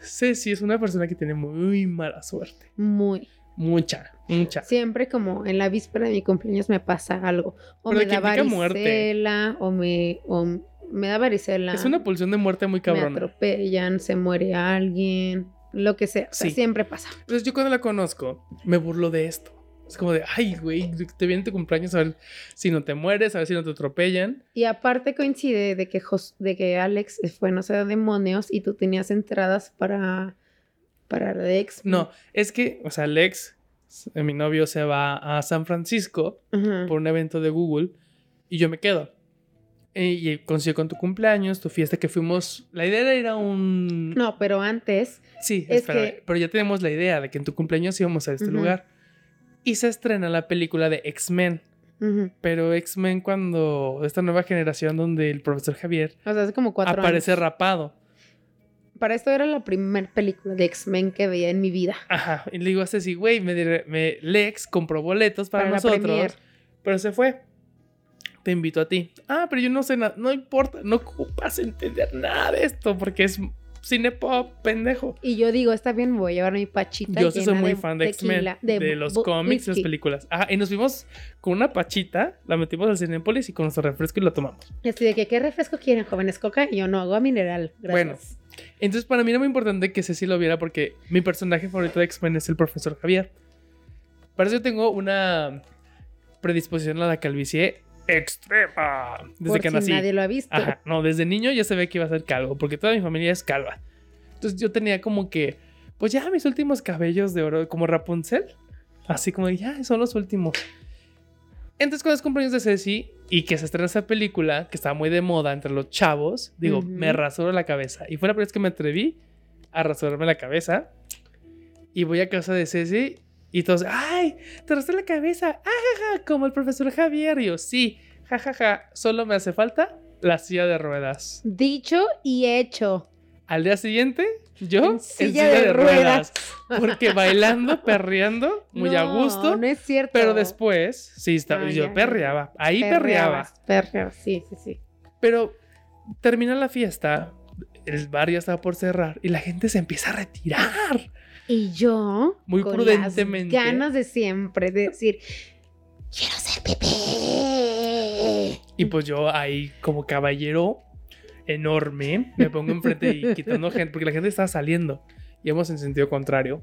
B: Ceci es una persona que tiene muy mala suerte.
A: Muy.
B: Mucha, mucha.
A: Siempre como en la víspera de mi cumpleaños me pasa algo. O
B: Pero
A: me
B: que
A: da
B: implica muerte.
A: varicela, o me, o m- me da varicela.
B: Es una pulsión de muerte muy
A: me
B: cabrona.
A: atropellan, se muere alguien, lo que sea. O sea,
B: Sí.
A: siempre pasa.
B: Entonces yo cuando la conozco, me burlo de esto. Es como de, ay, güey, te viene tu cumpleaños a ver si no te mueres, a ver si no te atropellan.
A: Y aparte coincide de que, Jos- de que Alex fue no sé a demonios y tú tenías entradas para, para Alex.
B: No, es que, o sea, Lex, eh, mi novio, se va a San Francisco
A: Ajá.
B: por un evento de Google y yo me quedo. Eh, Y coincidió con tu cumpleaños, tu fiesta que fuimos. La idea era ir a un.
A: No, pero antes,
B: Sí,
A: Es
B: espera,
A: que-
B: pero ya tenemos la idea de que en tu cumpleaños íbamos a este
A: Ujú.
B: lugar. Y se estrena la película de X-Men.
A: ujú,
B: Pero X-Men, cuando. Esta nueva generación donde el profesor Javier
A: o sea, hace como cuatro
B: aparece
A: años.
B: rapado.
A: Para esto era la primera película de X-Men que veía en mi vida.
B: Ajá. Y le digo a Ceci, güey, me, dire- me- Lex compró boletos para,
A: Para la
B: nosotros.
A: premier.
B: Pero se fue. Te invito a ti. Ah, pero yo no sé nada. No importa, no ocupas entender nada de esto porque es cine pop, pendejo.
A: Y yo digo, está bien, me voy a llevar mi pachita.
B: Yo sí soy
A: llena
B: muy fan de X-Men,
A: tequila,
B: de, los
A: bu-
B: cómics, las
A: whisky.
B: películas. Ah, y nos fuimos con una pachita, la metimos al Cinépolis y con nuestro refresco y lo tomamos.
A: Y Así de que, ¿qué refresco quieren, jóvenes? Coca. Y yo no, agua mineral. Gracias.
B: Entonces, para mí era muy importante que Ceci lo viera porque mi personaje favorito de X-Men es el profesor Javier. Para eso yo tengo una predisposición a la calvicie extrema. Desde
A: por
B: que
A: si
B: nací.
A: nadie lo ha visto.
B: Ajá, no, desde niño ya se ve que iba a ser calvo, porque toda mi familia es calva. Entonces yo tenía como que, pues ya mis últimos cabellos de oro, como Rapunzel, así como ya son los últimos. Entonces con los cumpleaños de Ceci y que se estrena esa película que estaba muy de moda entre los chavos, digo,
A: Ujú.
B: me rasuro la cabeza. Y fue la primera vez que me atreví a rasurarme la cabeza. Y voy a casa de Ceci y todos, ay, te rasuré la cabeza, ajaja, como el profesor Javier. Y yo, sí, jajaja, solo me hace falta la silla de ruedas.
A: Dicho y hecho.
B: Al día siguiente, yo
A: En silla de ruedas.
B: Porque bailando, perreando, muy a
A: No,
B: gusto.
A: No es cierto.
B: Pero después, sí, estaba-
A: Ah,
B: yo
A: ya, ya,
B: perreaba. Ahí perreaba.
A: Perreabas, perreabas, sí, sí, sí.
B: Pero termina la fiesta, el bar ya estaba por cerrar y la gente se empieza a retirar.
A: Y yo,
B: Muy
A: con
B: prudentemente.
A: las ganas de siempre, de decir, quiero ser pipí.
B: Y pues yo ahí como caballero enorme me pongo enfrente y quitando gente, porque la gente estaba saliendo. Y hemos en sentido contrario.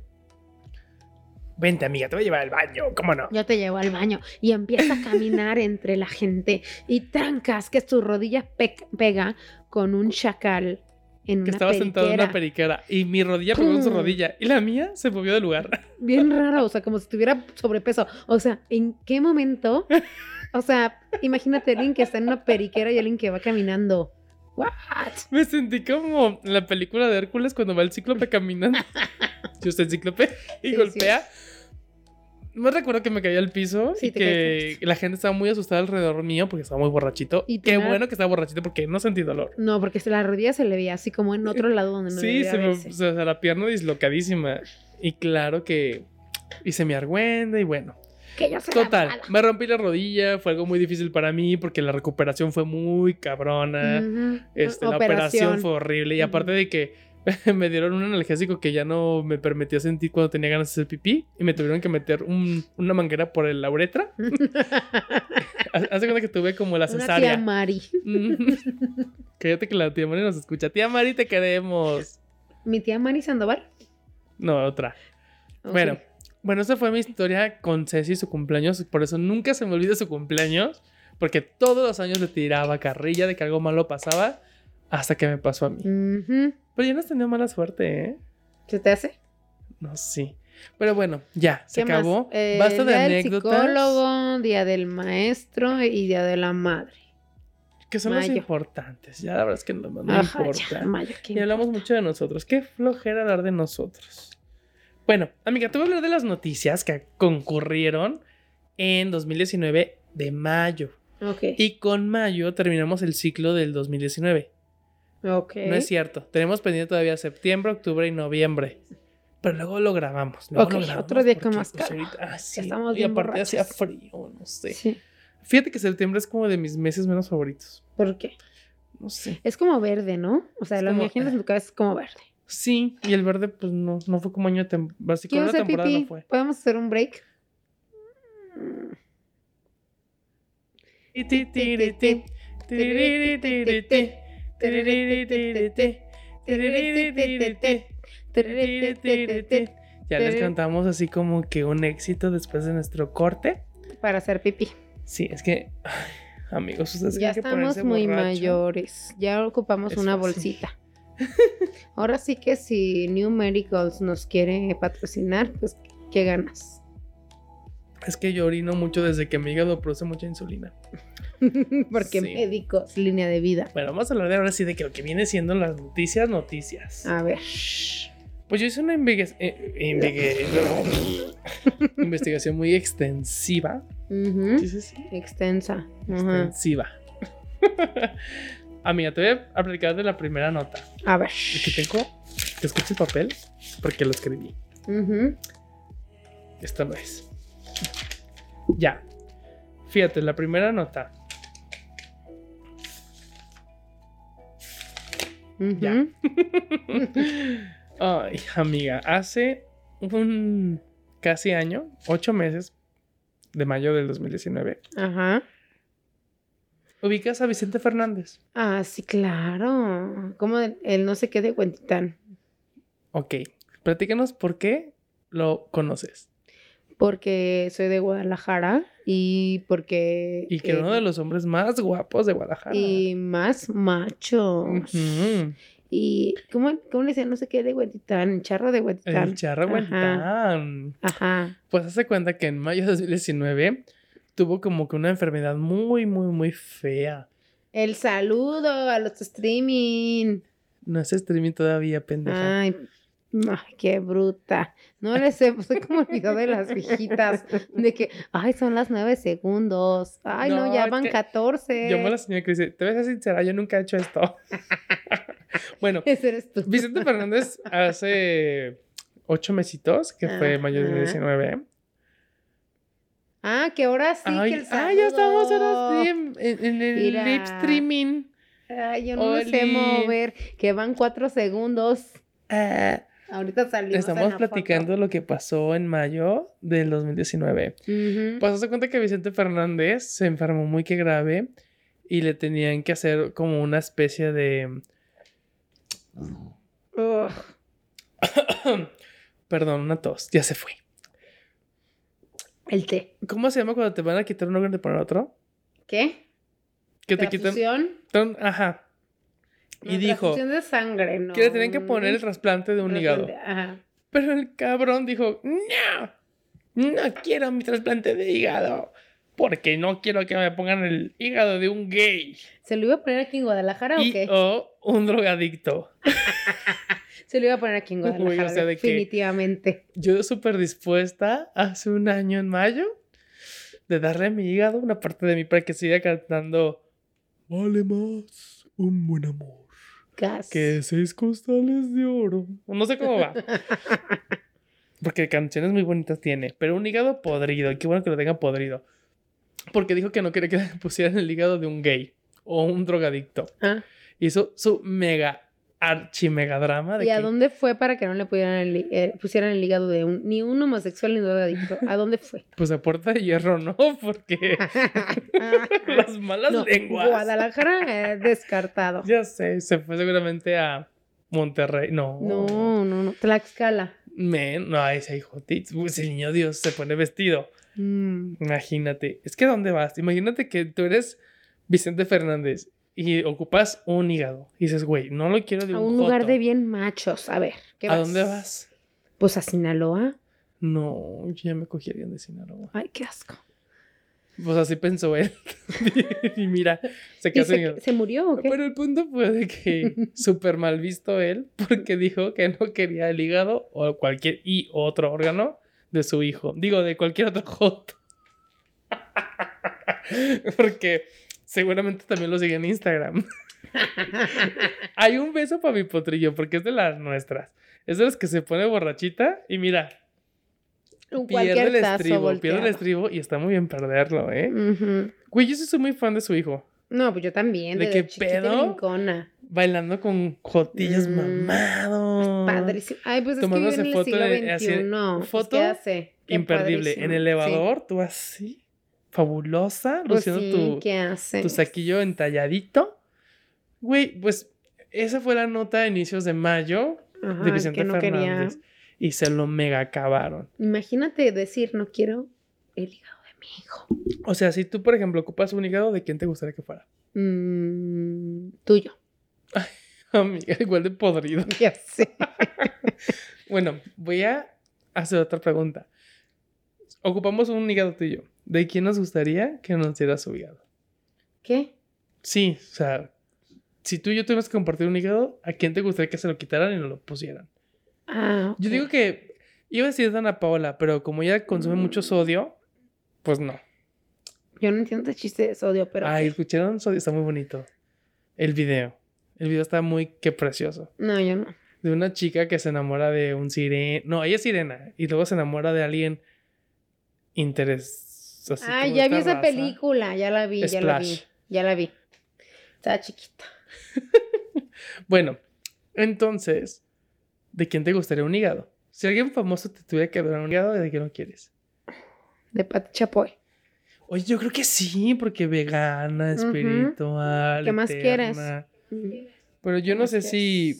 B: Vente amiga, te voy a llevar al baño, ¿cómo no?
A: Yo te llevo al baño y empieza a caminar entre la gente y trancas que su rodilla pe- pega con un chacal en una
B: que estaba sentado en
A: periquera.
B: una periquera y mi rodilla pegó en su
A: ¡Pum!
B: rodilla y la mía se movió de lugar.
A: Bien rara, o sea, como si tuviera sobrepeso. O sea, ¿en qué momento? O sea, imagínate alguien que está en una periquera y alguien que va caminando. What?
B: Me sentí como en la película de Hércules cuando va el cíclope caminando. Yo usted cíclope y
A: Sí,
B: golpea. No recuerdo que me caí al piso
A: Sí,
B: y
A: te
B: que la gente estaba muy asustada alrededor mío porque estaba muy borrachito.
A: Y
B: Qué
A: tener-
B: bueno que estaba borrachito porque no sentí dolor.
A: No, porque se- la rodilla se le veía así como en otro lado donde no
B: sí,
A: debía
B: se me,
A: verse.
B: o sea, la pierna dislocadísima. Y claro que hice mi argüenda y bueno.
A: Que yo soy la
B: Total,
A: mala.
B: me rompí la rodilla, fue algo muy difícil para mí porque la recuperación fue muy cabrona.
A: Ujú.
B: Este, la operación fue horrible y
A: Ujú.
B: aparte de que me dieron un analgésico que ya no me permitía sentir cuando tenía ganas de hacer pipí y me tuvieron que meter un- una manguera por el- la uretra. Hace hace cuenta que tuve como la
A: Una tía
B: cesárea.
A: Mari.
B: Mm. Cállate que la tía Mari nos escucha. Tía Mari, te queremos.
A: Mi tía Mari Sandoval.
B: No, otra.
A: Ok.
B: Bueno, bueno, esa fue mi historia con Ceci y su cumpleaños. Por eso nunca se me olvida su cumpleaños. Porque todos los años le tiraba carrilla de que algo malo pasaba hasta que me pasó a
A: Mm.
B: mí.
A: Ujú.
B: Pero ya no has tenido mala suerte, ¿eh?
A: ¿Se te hace?
B: No, sí. Pero bueno, ya, se
A: ¿Qué más?
B: acabó.
A: Eh,
B: Basta de
A: día del
B: anécdotas.
A: psicólogo, día del maestro y día de la madre.
B: Que son las
A: Mayo.
B: importantes. Ya, la verdad es que no, no
A: Ajá,
B: importa.
A: ya, Maya, ¿qué
B: Y hablamos mucho de nosotros. Qué flojera hablar de nosotros. Bueno, amiga, te voy a hablar de las noticias que concurrieron en 2019 de mayo.
A: Ok.
B: Y con mayo terminamos el ciclo del 2019.
A: ok.
B: No es cierto. Tenemos pendiente todavía septiembre, octubre y noviembre. Pero luego lo grabamos. luego
A: Ok,
B: lo grabamos
A: otro día con
B: porque,
A: más
B: pues,
A: calma.
B: ahorita- ah, sí,
A: estamos
B: Y
A: bien
B: aparte hacía
A: borrachos.
B: frío, no sé.
A: Sí.
B: Fíjate que septiembre es como de mis meses menos favoritos.
A: ¿Por qué?
B: No sé.
A: Es como verde, ¿no? O sea,
B: Es
A: lo
B: como-
A: imaginas en tu cabeza es como verde.
B: Sí, y el verde, pues no, no fue como año de temporada. Así como
A: Quiero
B: una
A: hacer
B: temporada
A: pipí.
B: no fue.
A: ¿Podemos hacer un break?
B: Ti, ti, ti, ri, ti. Ti, ri, ri, ti, ri, ti. Ti, ri, ri, ti, ri, ti. Ti, ri, ri, ti, ri, ti. Ya les cantamos así como que un éxito después de nuestro corte.
A: Para hacer pipí.
B: Sí, es que, ay, amigos, ustedes
A: Ya
B: creen que
A: estamos
B: ponerse
A: muy
B: borracho-
A: mayores. Ya ocupamos
B: Es
A: una
B: fácil.
A: bolsita. Ahora sí que si New Miracles nos quiere patrocinar, pues qué ganas.
B: Es que yo orino mucho desde que mi hígado produce mucha insulina.
A: Porque
B: Sí.
A: médicos, línea de vida.
B: Bueno, vamos a hablar de ahora sí de que lo que viene siendo las noticias, noticias.
A: A ver.
B: Pues yo hice una invegue- eh, invegue- investigación muy extensiva.
A: Ujú.
B: ¿Sí, sí, sí?
A: Extensa. Ajá.
B: Extensiva. Amiga, te voy a platicar de la primera nota.
A: A ver.
B: Aquí tengo, ¿te escucha el papel? Porque lo escribí.
A: Ujú.
B: Esta no es. Ya. Fíjate, la primera nota.
A: Ujú.
B: Ya. Ay, amiga, hace un casi año, ocho meses, de mayo del 2019,
A: Ajá.
B: ubicas a Vicente Fernández.
A: Ah, sí, claro. Como el, el no sé qué de Cuentitán.
B: Ok, platícanos por qué lo conoces.
A: Porque soy de Guadalajara y porque.
B: Y que
A: eh,
B: uno de los hombres más guapos de Guadalajara.
A: Y más machos.
B: Ujú.
A: Y. ¿cómo, ¿Cómo le decían? No sé qué de Huentitán. Charro de Huentitán.
B: El charro
A: Ajá.
B: Huentitán.
A: Ajá.
B: Pues hace cuenta que en mayo de 2019 tuvo como que una enfermedad muy, muy, muy fea.
A: El saludo a los streaming.
B: No es streaming todavía, pendeja.
A: Ay, ay, qué bruta. No le sé, pues, soy como olvidó de las viejitas. De que, ay, son las nueve segundos. Ay, no,
B: No,
A: ya
B: es
A: van
B: que
A: 14.
B: Llamó a la señora que dice, te voy a ser sincera, yo nunca he hecho esto. bueno,
A: Ese eres tú.
B: Vicente Fernández hace ocho mesitos, que fue mayo de
A: Ajá.
B: 2019.
A: Ah, que ahora sí
B: ay,
A: que el saludo.
B: ay, ya estamos ahora sí en, en- en el
A: Mira.
B: live streaming.
A: Ay, yo no me sé
B: Oli.
A: mover. Que van cuatro segundos.
B: Ah,
A: Ahorita salimos. en
B: estamos
A: la
B: platicando lo que pasó en mayo del 2019.
A: foto. Ujú.
B: Pues se cuenta que Vicente Fernández se enfermó muy que grave y le tenían que hacer como una especie de...
A: Ugh.
B: Perdón, una tos, ya se fue.
A: el té.
B: ¿Cómo se llama cuando te van a quitar un órgano y te ponen otro?
A: ¿Qué?
B: Que te quitan...
A: Transfusión.
B: tran- Ajá. y dijo
A: transfusión de sangre, ¿no? mm,
B: que le tenían que poner el trasplante de un hígado.
A: Ajá.
B: Pero el cabrón dijo, no, no quiero mi trasplante de hígado. Porque no quiero que me pongan el hígado de un gay.
A: ¿Se lo iba a poner aquí en Guadalajara
B: y oh,
A: o qué?
B: o un drogadicto.
A: Se lo iba a poner aquí en
B: Uy, o
A: Guadalajara,
B: sea, de que-
A: definitivamente.
B: Yo súper dispuesta hace un año en mayo de darle a mi hígado una parte de mí para que siga cantando Vale más un buen amor
A: Gas.
B: que seis costales de oro. No sé cómo va. Porque canciones muy bonitas tiene, pero un hígado podrido. y Qué bueno que lo tenga podrido. Porque dijo que no quería que le pusieran el hígado de un gay o un drogadicto.
A: Ah,
B: Hizo su mega archi mega drama de
A: ¿Y a
B: que-
A: dónde fue para que no le pudieran el- eh, pusieran el hígado de un, ni un homosexual ni un drogadicto? ¿A dónde fue?
B: pues a puerta de hierro no, porque las malas
A: No,
B: lenguas.
A: Guadalajara eh, descartado.
B: Ya sé, se fue seguramente a Monterrey. No.
A: No, no, no. Tlaxcala.
B: Men, no, ese hijo. tits. Uy, Ese niño Dios se pone vestido.
A: Mm.
B: Imagínate. Es que ¿dónde vas? Imagínate que tú eres Vicente Fernández y ocupas un hígado. Y dices, güey, no lo quiero de
A: A
B: un,
A: un lugar
B: joto.
A: de bien machos. A ver, ¿qué
B: ¿A dónde vas?
A: Pues a Sinaloa.
B: No, yo ya me cogí alguien de Sinaloa.
A: Ay, qué asco.
B: Pues así pensó él. y mira, se
A: ¿Y
B: quedó sin hígado.
A: se, se murió o qué?
B: Pero el punto fue de que súper mal visto él porque dijo que no quería el hígado o cualquier y otro órgano de su hijo. Digo, de cualquier otro joto. porque seguramente también lo sigue en Instagram. Hay un beso para mi potrillo porque es de las nuestras. Es de las que se pone borrachita y mira,
A: Un
B: pierde
A: cualquier
B: el
A: tazo
B: estribo, pierde el
A: volteado.
B: estribo y está muy bien perderlo, ¿eh?
A: Ujú.
B: Güey, yo sí soy muy fan de su hijo.
A: No, pues yo también.
B: ¿De
A: ¿De
B: qué
A: qué pedo?
B: pedo? Bailando con jotillos
A: Mm,
B: mamados.
A: Padrísimo. Ay, pues es que vive
B: Ah. Tomándose
A: en el
B: foto
A: siglo
B: en- así de-
A: XXI. pues,
B: foto
A: ¿Qué hace? Qué
B: Imperdible. En
A: padrísimo.
B: el
A: Sí.
B: elevador, tú así, fabulosa,
A: Pues
B: luciendo
A: sí,
B: tu,
A: ¿qué hace?
B: tu saquillo entalladito. Güey, pues esa fue la nota de inicios de mayo
A: Ajá,
B: de Vicente
A: que no quería.
B: Fernández. Y se lo mega acabaron.
A: Imagínate decir, no quiero el hígado de mi hijo.
B: O sea, si tú, por ejemplo, ocupas un hígado, ¿de quién te gustaría que fuera?
A: Mm, tuyo.
B: Amiga, igual de podrido.
A: Ya sé.
B: Bueno, voy a hacer otra pregunta. Ocupamos un hígado tuyo. ¿De quién nos gustaría que nos diera su hígado?
A: ¿Qué?
B: Sí, o sea, si tú y yo tuviéramos que compartir un hígado, ¿a quién te gustaría que se lo quitaran y no lo pusieran?
A: Ah,
B: Yo
A: ok.
B: digo que iba a decir Dana Paola, pero como ella consume
A: Mm.
B: mucho sodio, pues no.
A: Yo no entiendo este chiste de sodio, pero.
B: Ay, escucharon sodio, está muy bonito. El video. El video está muy qué precioso.
A: No, yo no.
B: De una chica que se enamora de un sirena. No, ella es sirena. Y luego se enamora de alguien interés. así
A: Ah,
B: como
A: ya
B: esta
A: vi esa
B: raza.
A: película. Ya la vi, ya la vi.
B: Splash.
A: Ya la vi. Estaba chiquita.
B: Bueno, entonces, ¿de quién te gustaría un hígado? Si alguien famoso te tuviera que dar un hígado, ¿de quién lo quieres?
A: De Pati Chapoy.
B: Oye, yo creo que sí, porque vegana, espiritual.
A: ¿Qué más quieres?
B: eterna.
A: Mm.
B: Pero yo no
A: más
B: sé si,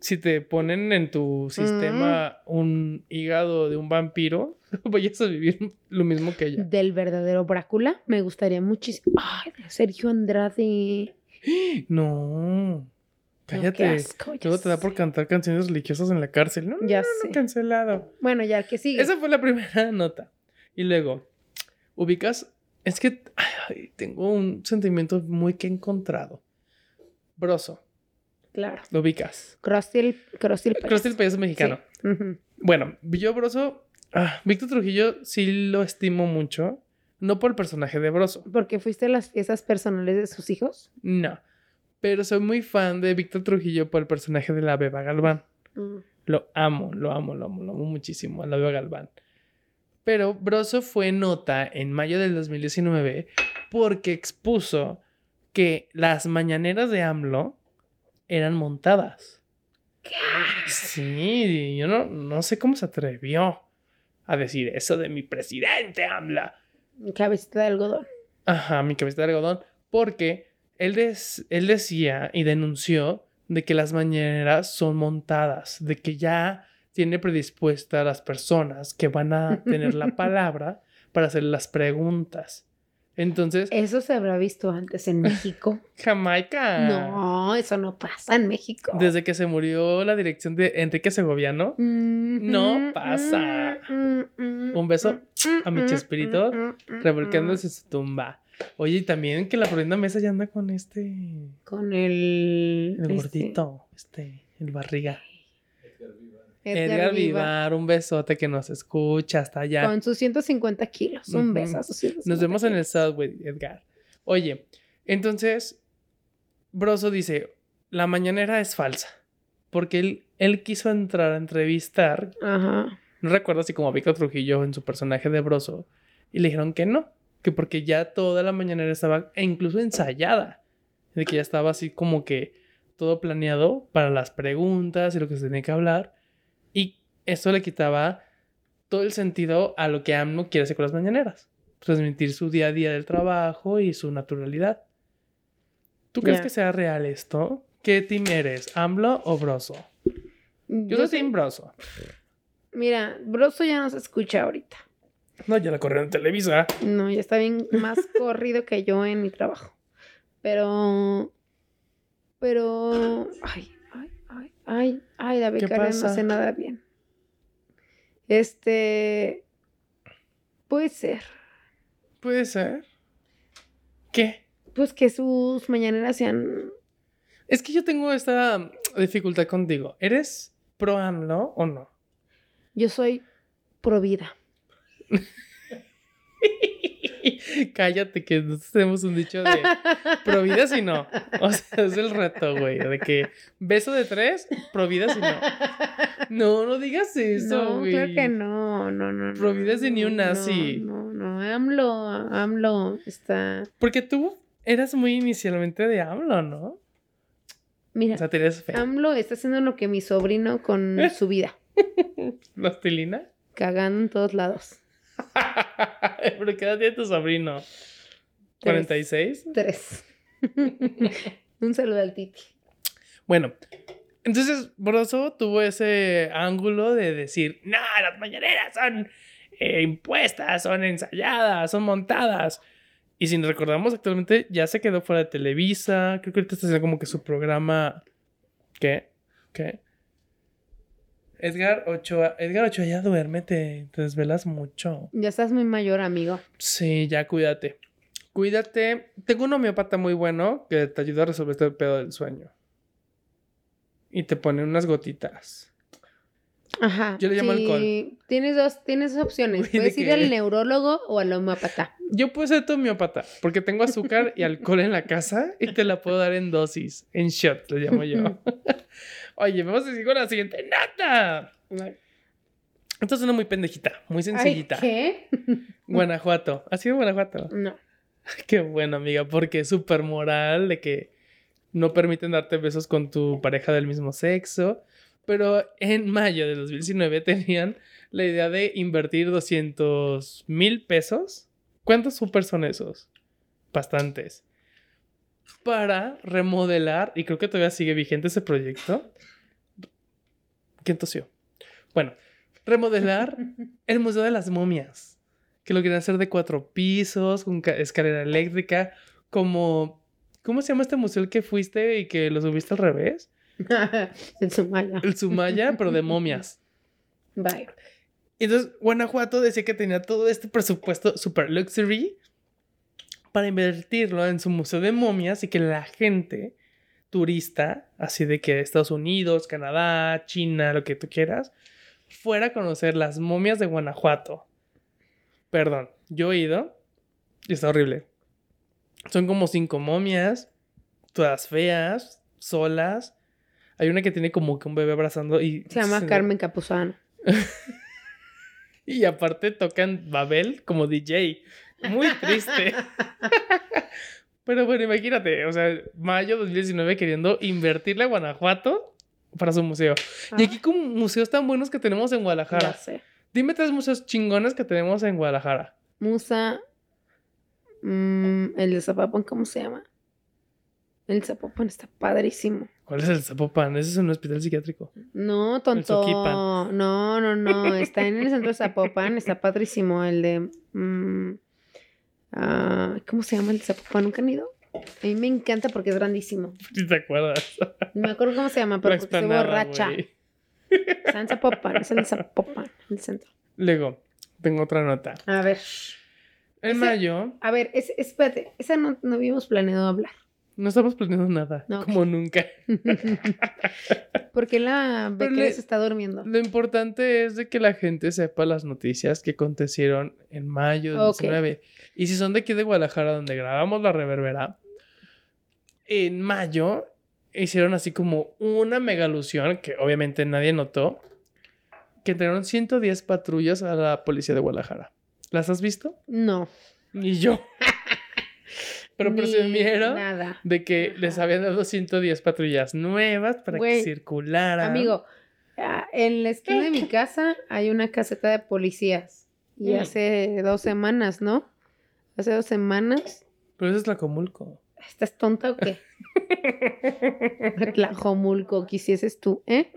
B: si te ponen en tu sistema
A: Mm.
B: un hígado de un vampiro, vayas a vivir lo mismo que ella.
A: Del verdadero Brácula. Me gustaría muchísimo. Ay, de Sergio Andrade.
B: No,
A: No,
B: cállate.
A: qué asco, ya
B: Luego te da
A: sé.
B: por cantar canciones religiosas en la cárcel. No, no,
A: Ya
B: no, no,
A: sé.
B: cancelado.
A: Bueno, ya el que sigue.
B: Esa fue la primera nota. Y luego, ubicas, es que ay, tengo un sentimiento muy que encontrado. Broso,
A: Claro.
B: lo ubicas.
A: Krusty el, Krusty el
B: Cruz del
A: payaso.
B: payaso mexicano.
A: Sí. Ujú.
B: Bueno, yo Broso, ah, Víctor Trujillo sí lo estimo mucho. No por el personaje de Broso,
A: Porque fuiste a las fiestas personales de sus hijos.
B: no. Pero soy muy fan de Víctor Trujillo por el personaje de la Beba Galván. Lo amo, lo amo, lo amo, lo amo muchísimo a la Beba Galván. Pero Broso fue nota en mayo del 2019 porque expuso que las mañaneras de AMLO eran montadas. Sí, yo no, no sé cómo se atrevió a decir eso de mi presidente AMLO.
A: Cabecita de algodón.
B: Ajá, mi cabecita de algodón. Porque él, des- él decía y denunció de que las mañaneras son montadas, de que ya tiene predispuesta a las personas que van a tener la palabra para hacer las preguntas. Entonces,
A: Eso se habrá visto antes en México.
B: Jamaica.
A: No, eso no pasa en México.
B: Desde que se murió la dirección de Enrique Segoviano,
A: Mm,
B: No
A: mm,
B: pasa.
A: mm, mm, mm,
B: Un beso
A: mm,
B: a mi
A: mm,
B: Chespirito,
A: mm, mm, mm,
B: revolcándose en su tumba. Oye, y también que la Florinda Mesa ya anda con este. El
A: Mm-hmm. Con el. este,
B: gordito, este, el barriga.
A: Edgar, Vivar,
B: Edgar Vivar, un besote que nos escucha hasta allá.
A: Con sus 150 kilos. Un
B: Ujú.
A: beso a sus 150
B: Nos vemos en el
A: kilos.
B: Subway, Edgar. Oye, entonces, Broso dice, la mañanera es falsa, porque él, él quiso entrar a entrevistar,
A: Ajá.
B: no recuerdo si como a Vico Trujillo en su personaje de Broso, y le dijeron que no, que porque ya toda la mañanera estaba e incluso ensayada, de que ya estaba así como que todo planeado para las preguntas y lo que se tenía que hablar, y eso le quitaba todo el sentido a lo que AMLO quiere hacer con las mañaneras. Transmitir su día a día del trabajo y su naturalidad. ¿Tú crees
A: Ya.
B: que sea real esto? ¿Qué team eres? ¿AMLO o Broso? Yo, soy team Broso.
A: Mira, Broso ya no se escucha ahorita.
B: No, ya la corrieron en Televisa.
A: No, ya está bien más corrido que yo en mi trabajo. Pero. Pero. Ay, ay, ay, ay, ay, la becaria no
B: pasa?
A: hace nada bien. Este. Puede ser.
B: Puede ser. ¿Qué?
A: Pues que sus mañaneras sean.
B: Es que yo tengo esta mm, dificultad contigo. ¿Eres pro AMLO o no?
A: Yo soy pro vida.
B: Cállate que nosotros tenemos un dicho de... Provida si no. O sea, es el reto, güey. De que beso de tres, provida si no. No, no digas eso,
A: no,
B: güey.
A: claro que no, no, no. no,
B: Pro vida es de ni un
A: no,
B: nazi.
A: No, no, AMLO, AMLO está.
B: Porque tú eras muy inicialmente de AMLO, ¿no?
A: Mira,
B: O sea, tenías fe.
A: AMLO está haciendo lo que mi sobrino con su vida.
B: ¿Plastilina?
A: cagando en todos lados.
B: ¿Pero qué edad tiene tu sobrino?
A: Tres.
B: ¿46?
A: Tres. Un saludo al Titi.
B: Bueno, entonces Broso tuvo ese ángulo de decir, no, las mañaneras son eh, impuestas, son ensayadas, son montadas. Y si nos recordamos actualmente, ya se quedó fuera de Televisa. Creo que ahorita está haciendo como que su programa... ¿Qué? ¿Qué? Edgar Ochoa, Edgar Ochoa, ya duérmete, te desvelas mucho.
A: Ya estás muy mayor, amigo.
B: Sí, ya cuídate. Cuídate. Tengo un homeópata muy bueno que te ayuda a resolver este pedo del sueño. Y te pone unas gotitas.
A: Ajá.
B: Yo le llamo
A: Tienes dos, tienes dos opciones.
B: Güey, ¿de
A: Puedes ir
B: qué?
A: al neurólogo o al homeopata.
B: Yo puedo ser tu homeópata porque tengo azúcar y alcohol en la casa y te la puedo dar en dosis, en shot, le llamo yo. Oye, vamos a seguir con la siguiente nata. Esta es una muy pendejita, muy sencillita.
A: Ay, ¿Qué?
B: Guanajuato. ¿Has sido Guanajuato?
A: No.
B: Qué bueno, amiga, porque es súper moral de que no permiten darte besos con tu pareja del mismo sexo. Pero en mayo de 2019 tenían la idea de invertir 200 mil pesos. ¿Cuántos super son esos? Bastantes. Para remodelar, y creo que todavía sigue vigente ese proyecto. ¿Quién tosió? Bueno, remodelar el Museo de las Momias, que lo querían hacer de cuatro pisos, con ca- escalera eléctrica, como... ¿Cómo se llama este museo al que fuiste y que lo subiste al revés?
A: en Sumaya.
B: El Sumaya, pero de momias.
A: Bye.
B: Y Entonces, Guanajuato decía que tenía todo este presupuesto super luxury para invertirlo en su museo de momias y que la gente turista, así de que de Estados Unidos, Canadá, China, lo que tú quieras, fuera a conocer las momias de Guanajuato. Perdón, yo he ido y está horrible. Son como cinco momias, todas feas, solas. Hay una que tiene como que un bebé abrazando y...
A: Se llama Carmen Capuzano.
B: Y aparte tocan Babel como DJ. Muy triste. Pero bueno, imagínate, o sea, mayo 2019 queriendo invertirle a Guanajuato para su museo. Y aquí como museos tan buenos que tenemos en
A: Ah, ya
B: Guadalajara.
A: sé.
B: Dime tres museos chingones que tenemos en Guadalajara.
A: Musa. mm, el de Zapopan, ¿cómo se llama? El de Zapopan está padrísimo.
B: ¿Cuál es el Zapopan? Ese es un hospital psiquiátrico.
A: No,
B: El
A: tonto.
B: Soquipan.
A: No, no, no. Está en el centro de Zapopan. Está padrísimo el de. mm, ah, ¿Cómo se llama el de Zapopan? ¿Nunca han ido? A mí me encanta porque es grandísimo.
B: Si te acuerdas.
A: No me acuerdo cómo se llama, pero
B: La
A: porque soy
B: explanada,
A: borracha.
B: güey.
A: Está en Zapopan, es el de Zapopan, en el centro.
B: Luego, tengo otra nota.
A: A ver.
B: En
A: Ese-
B: mayo
A: A ver, es- espérate, esa no, no habíamos planeado hablar.
B: no estamos planeando nada,
A: No, ok.
B: como nunca.
A: Porque la
B: Pero
A: Becker
B: le-
A: se está durmiendo.
B: Lo importante es de que la gente sepa las noticias que acontecieron en mayo del
A: Ok.
B: 19. Y si son de aquí de Guadalajara, donde grabamos la reverbera, en mayo hicieron así como una mega alusión, que obviamente nadie notó, que entregaron 110 patrullas a la policía de Guadalajara. ¿Las has visto?
A: No.
B: Ni yo. Pero
A: ni
B: presumieron
A: Nada.
B: de que les
A: Ajá.
B: habían dado 110 patrullas nuevas para que
A: Güey,
B: circularan.
A: Amigo, ah, en la esquina de mi casa hay una caseta de policías. Y
B: Mm.
A: hace dos semanas, ¿no? Hace dos semanas.
B: Pero eso es Tlacomulco.
A: ¿Estás tonta o qué? Tlajomulco, quisieses tú, ¿eh?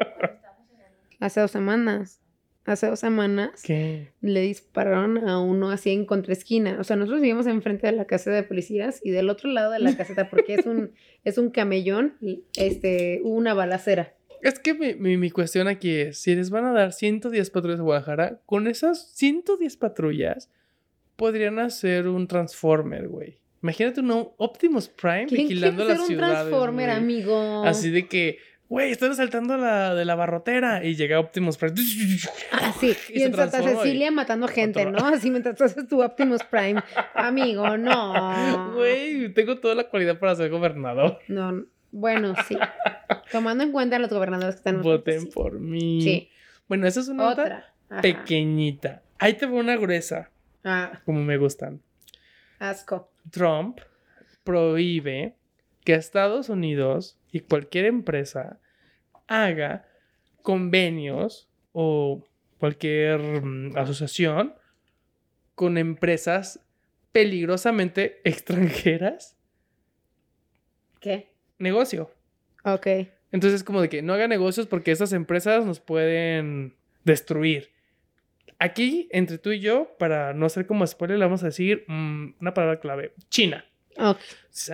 A: Hace dos semanas. Hace dos semanas
B: ¿Qué?
A: le dispararon a uno así en contraesquina. O sea, nosotros vivíamos enfrente de la casa de policías y del otro lado de la caseta, porque es un, es un camellón, y, este, hubo una balacera.
B: Es que mi, mi- mi cuestión aquí es, si les van a dar 110 patrullas a Guadalajara, con esas 110 patrullas podrían hacer un Transformer, güey. Imagínate un Optimus Prime
A: ¿Quién quiere
B: vigilando
A: ser
B: las
A: un
B: ciudades.
A: transformer,
B: güey.
A: amigo?
B: Así de que, güey, están saltando la, de la barrotera y llega Optimus Prime.
A: Así.
B: y
A: Y,
B: se
A: en Santa
B: transforma y-
A: Cecilia matando gente,
B: Otro-
A: ¿no? Así mientras tú haces tu Optimus Prime. Amigo, no.
B: Güey, tengo toda la cualidad para ser gobernador.
A: No, bueno, sí. Tomando en cuenta a los gobernadores que están...
B: Voten
A: sí.
B: por mí.
A: Sí,
B: Bueno, esa es una nota
A: otra. Ajá.
B: pequeñita. Ahí te va una gruesa,
A: Ah,
B: como me gustan.
A: asco.
B: Trump prohíbe que Estados Unidos y cualquier empresa haga convenios o cualquier mm, asociación con empresas peligrosamente extranjeras
A: ¿Qué?
B: negocio.
A: Ok.
B: Entonces es como de que no haga negocios porque estas empresas nos pueden destruir. Aquí, entre tú y yo, para no ser como spoiler, le vamos a decir mm, una palabra clave. China.
A: Ok.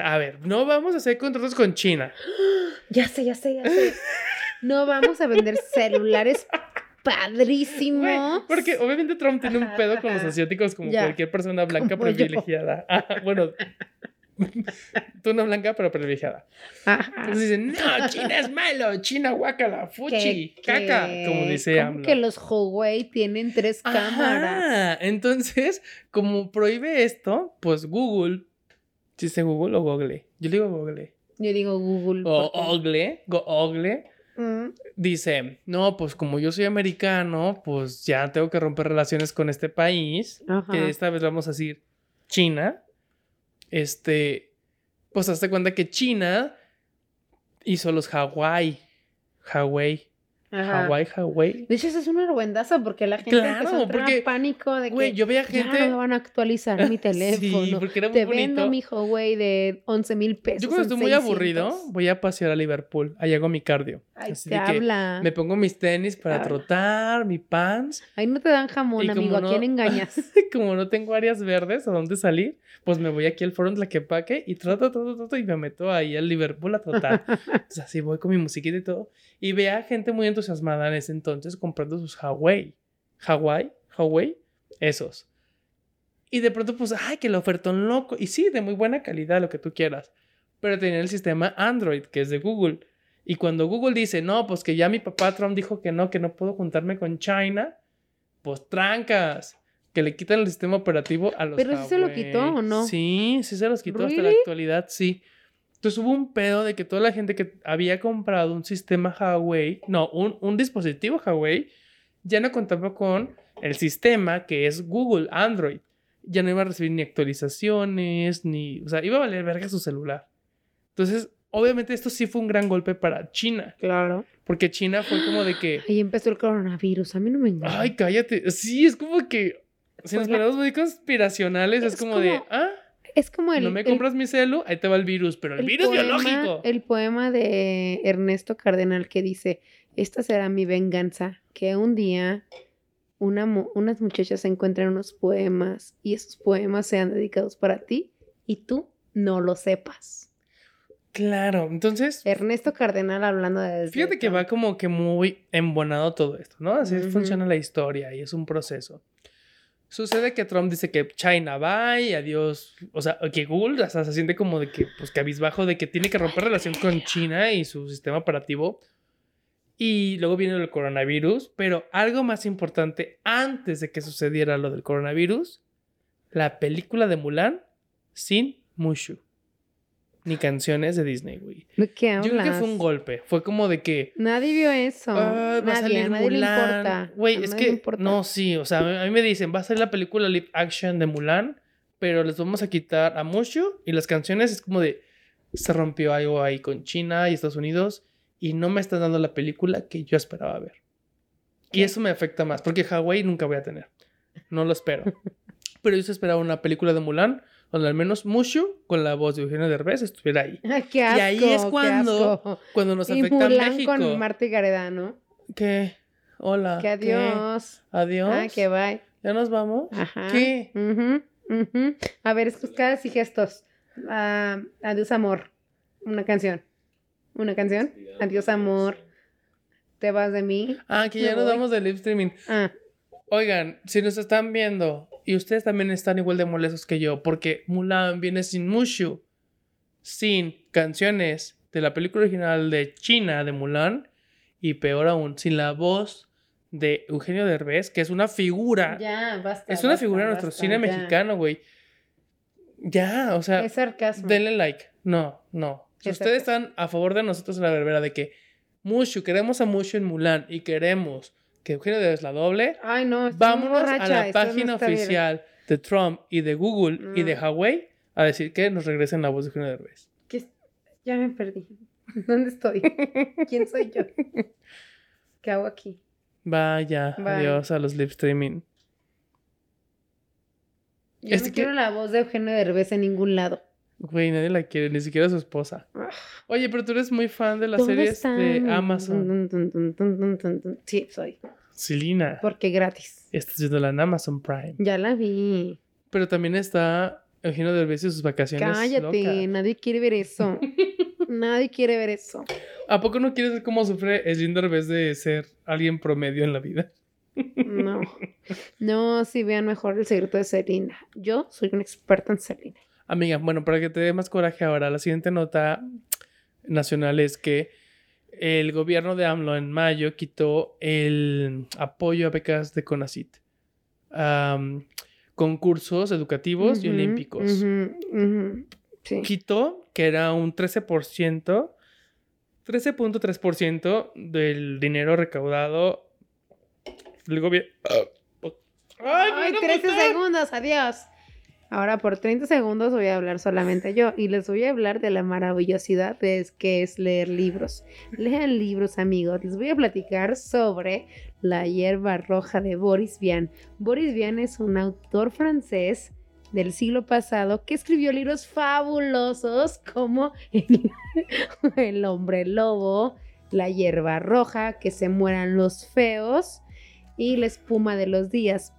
B: A ver, no vamos a hacer contratos con China.
A: Ya sé, ya sé, ya sé. No vamos a vender celulares
B: Güey,
A: padrísimos.
B: porque obviamente Trump tiene un
A: Ajá,
B: pedo con los
A: ajá.
B: asiáticos como
A: Ya.
B: cualquier persona blanca
A: Como yo.
B: privilegiada. Ah, bueno, tú no blanca, pero privilegiada.
A: Ajá.
B: Entonces dicen, no, China es malo, China guácala, fuchi,
A: Que-
B: caca,
A: que-
B: como dice
A: ¿cómo
B: AMLO.
A: que los Huawei tienen tres
B: Ajá,
A: cámaras.
B: Entonces, como prohíbe esto, pues Google, dice Google o Google, yo le digo Google,
A: Yo digo Google.
B: o
A: porque-
B: Google, Google,
A: Mm,
B: dice, no, pues como yo soy americano, pues ya tengo que romper relaciones con este país,
A: Ajá.
B: que esta vez vamos a decir China, este, pues hazte cuenta que China hizo los Hawái, Hawái,
A: Ajá.
B: Hawái, Hawái.
A: De hecho, eso es una ruendaza porque la gente
B: Claro,
A: empezó a entrar a
B: porque,
A: pánico de que
B: Güey, yo veía
A: ya
B: gente...
A: no me van a actualizar mi teléfono.
B: Sí, porque era muy
A: Te
B: bonito.
A: vendo mi Huawei de 11 mil pesos.
B: Yo cuando estoy
A: en
B: muy
A: 600.
B: aburrido, voy a pasear a Liverpool. Ahí hago mi cardio.
A: Ay,
B: Así
A: te
B: de que
A: habla.
B: Me pongo mis tenis para
A: Habla.
B: trotar, mi pants.
A: Ahí no te dan
B: Y
A: jamón,
B: como
A: amigo. ¿A quién
B: no-
A: engañas?
B: Como no tengo áreas verdes a dónde salir, pues me voy aquí al foro en la que paque y troto, troto, troto y me meto ahí al Liverpool a trotar. pues así voy con mi musiquita y todo. Y ve a gente muy entusiasmada en ese entonces comprando sus Huawei. Hawái, Huawei, esos. Y de pronto, pues, ay, que el ofertón loco. Y sí, de muy buena calidad, lo que tú quieras. Pero tenía el sistema Android, que es de Google. Y cuando Google dice, no, pues que ya mi papá Trump dijo que no, que no puedo juntarme con China, pues trancas. Que le quitan el sistema operativo a los
A: Pero sí se lo quitó,
B: Huawei.
A: ¿o no?
B: Sí, sí se los quitó hasta la
A: ¿Really?
B: actualidad, sí. Entonces hubo un pedo de que toda la gente que había comprado un sistema Huawei, no, un, un dispositivo Huawei, ya no contaba con el sistema que es Google Android. Ya no iba a recibir ni actualizaciones, ni. O sea, iba a valer verga su celular. Entonces, obviamente, esto sí fue un gran golpe para China.
A: Claro.
B: Porque China fue como de que.
A: Ahí empezó el coronavirus. A mí no me engañas.
B: Ay, cállate. Sí, es como que. Si nos
A: Pues la-
B: ponemos muy conspiracionales, es,
A: Es
B: como, de.
A: como
B: Ah,
A: es como el.
B: no me
A: el-
B: compras mi celu, ahí te va el virus, pero el,
A: el
B: virus
A: poema-
B: biológico.
A: El poema de Ernesto Cardenal que dice: Esta será mi venganza, que un día una mu- unas muchachas encuentran unos poemas y esos poemas sean dedicados para ti y tú no lo sepas.
B: Claro, entonces,
A: Ernesto Cardenal hablando de... desde
B: fíjate que va como que muy embonado todo esto, ¿no? Así
A: Ujú.
B: funciona la historia y es un proceso. Sucede que Trump dice que China bye, adiós, o sea, que Google hasta se siente como de que, pues, cabizbajo de que tiene que romper relación con China y su sistema operativo. Y luego viene el coronavirus, pero algo más importante, antes de que sucediera lo del coronavirus, la película de Mulan sin Mushu. Ni canciones de Disney, güey.
A: ¿De qué
B: Yo creo que fue un
A: hablas?
B: golpe. Fue como de que.
A: Nadie vio eso.
B: "Ah, va a
A: nadie,
B: salir
A: a nadie le
B: Mulan.
A: importa.
B: Güey,
A: A
B: es
A: nadie
B: que.
A: le importa.
B: No, sí. O sea, a mí me dicen, va a salir la película live action de Mulan, pero les vamos a quitar a Mushu y las canciones. Es como de. Se rompió algo ahí con China y Estados Unidos y no me están dando la película que yo esperaba ver. Y eso me afecta más, porque Hawái nunca voy a tener. No lo espero. pero yo sí esperaba una película de Mulan donde al menos Mushu, con la voz de Eugenio Derbez, estuviera ahí.
A: Ay, qué asco,
B: Y ahí es
A: qué
B: cuando
A: asco.
B: Cuando nos
A: y
B: afecta a
A: Mulan
B: México. Ah,
A: con Marta y Gareda, ¿no?
B: ¿Qué? Hola.
A: que
B: ¿qué?
A: adiós.
B: Adiós.
A: Ah, que bye.
B: ¿Ya nos vamos?
A: Ajá.
B: ¿Qué?
A: Ujú, ujú. A ver, estos caras y gestos. Ah, adiós, amor. Una canción. Una canción. Adiós, amor. Te vas de mí.
B: Ah, que ya
A: Me
B: nos
A: voy.
B: vamos del live streaming.
A: Ah,
B: Oigan, si nos están viendo y ustedes también están igual de molestos que yo, porque Mulan viene sin Mushu, sin canciones de la película original de China de Mulan y peor aún, sin la voz de Eugenio Derbez, que es una figura.
A: ya, basta.
B: es una
A: basta,
B: figura de nuestro
A: basta,
B: cine
A: ya.
B: mexicano, güey. Ya, o sea.
A: Es sarcasmo.
B: Denle like. No, no. Si
A: Exacto.
B: ustedes están a favor de nosotros en la verbera de que Mushu, queremos a Mushu en Mulan y queremos que Eugenio Derbez la doble,
A: Ay, no. Pues estoy muy
B: vámonos a
A: borracha,
B: la
A: esto no
B: página
A: está bien.
B: oficial de Trump y de Google y de
A: Mm.
B: Huawei a decir que nos regresen la voz de Eugenio Derbez.
A: ¿Qué es? Ya me perdí. ¿Dónde estoy? ¿Quién soy yo? ¿Qué hago aquí?
B: Vaya,
A: Bye.
B: adiós a los live streaming.
A: Yo
B: Es
A: no
B: que-
A: quiero la voz de Eugenio Derbez en ningún lado.
B: Güey, nadie la quiere, ni siquiera su esposa.
A: Ah.
B: Oye, pero tú eres muy fan de las
A: ¿Dónde
B: series
A: está?
B: de Amazon.
A: Dun, dun, dun, dun, dun, dun. Sí, soy.
B: Selina,
A: Porque gratis.
B: estás viéndola en Amazon Prime.
A: Ya la vi.
B: Pero también está Eugenio Derbez y sus vacaciones
A: Cállate,
B: locas.
A: nadie quiere ver eso. nadie quiere ver eso.
B: ¿A poco no quieres ver cómo sufre Slinder Derbez de ser alguien promedio en la vida?
A: No. No, si vean mejor el secreto de Selena. Yo soy una experta en Selena.
B: Amiga, bueno, para que te dé más coraje ahora, la siguiente nota nacional es que el gobierno de AMLO en mayo quitó el apoyo a becas de CONACIT. Am, concursos educativos y
A: Ujú,
B: olímpicos.
A: ujú, ujú. Sí.
B: quitó, que era un 13%, 13.3% del dinero recaudado del gobierno.
A: Ay, 13 segundos, adiós. Ahora por 30 segundos voy a hablar solamente yo y les voy a hablar de la maravillosidad de es- que es leer libros. Lean libros, amigos. Les voy a platicar sobre La hierba roja de Boris Vian. Boris Vian es un autor francés del siglo pasado que escribió libros fabulosos como El, El hombre lobo, La hierba roja, Que se mueran los feos y La espuma de los días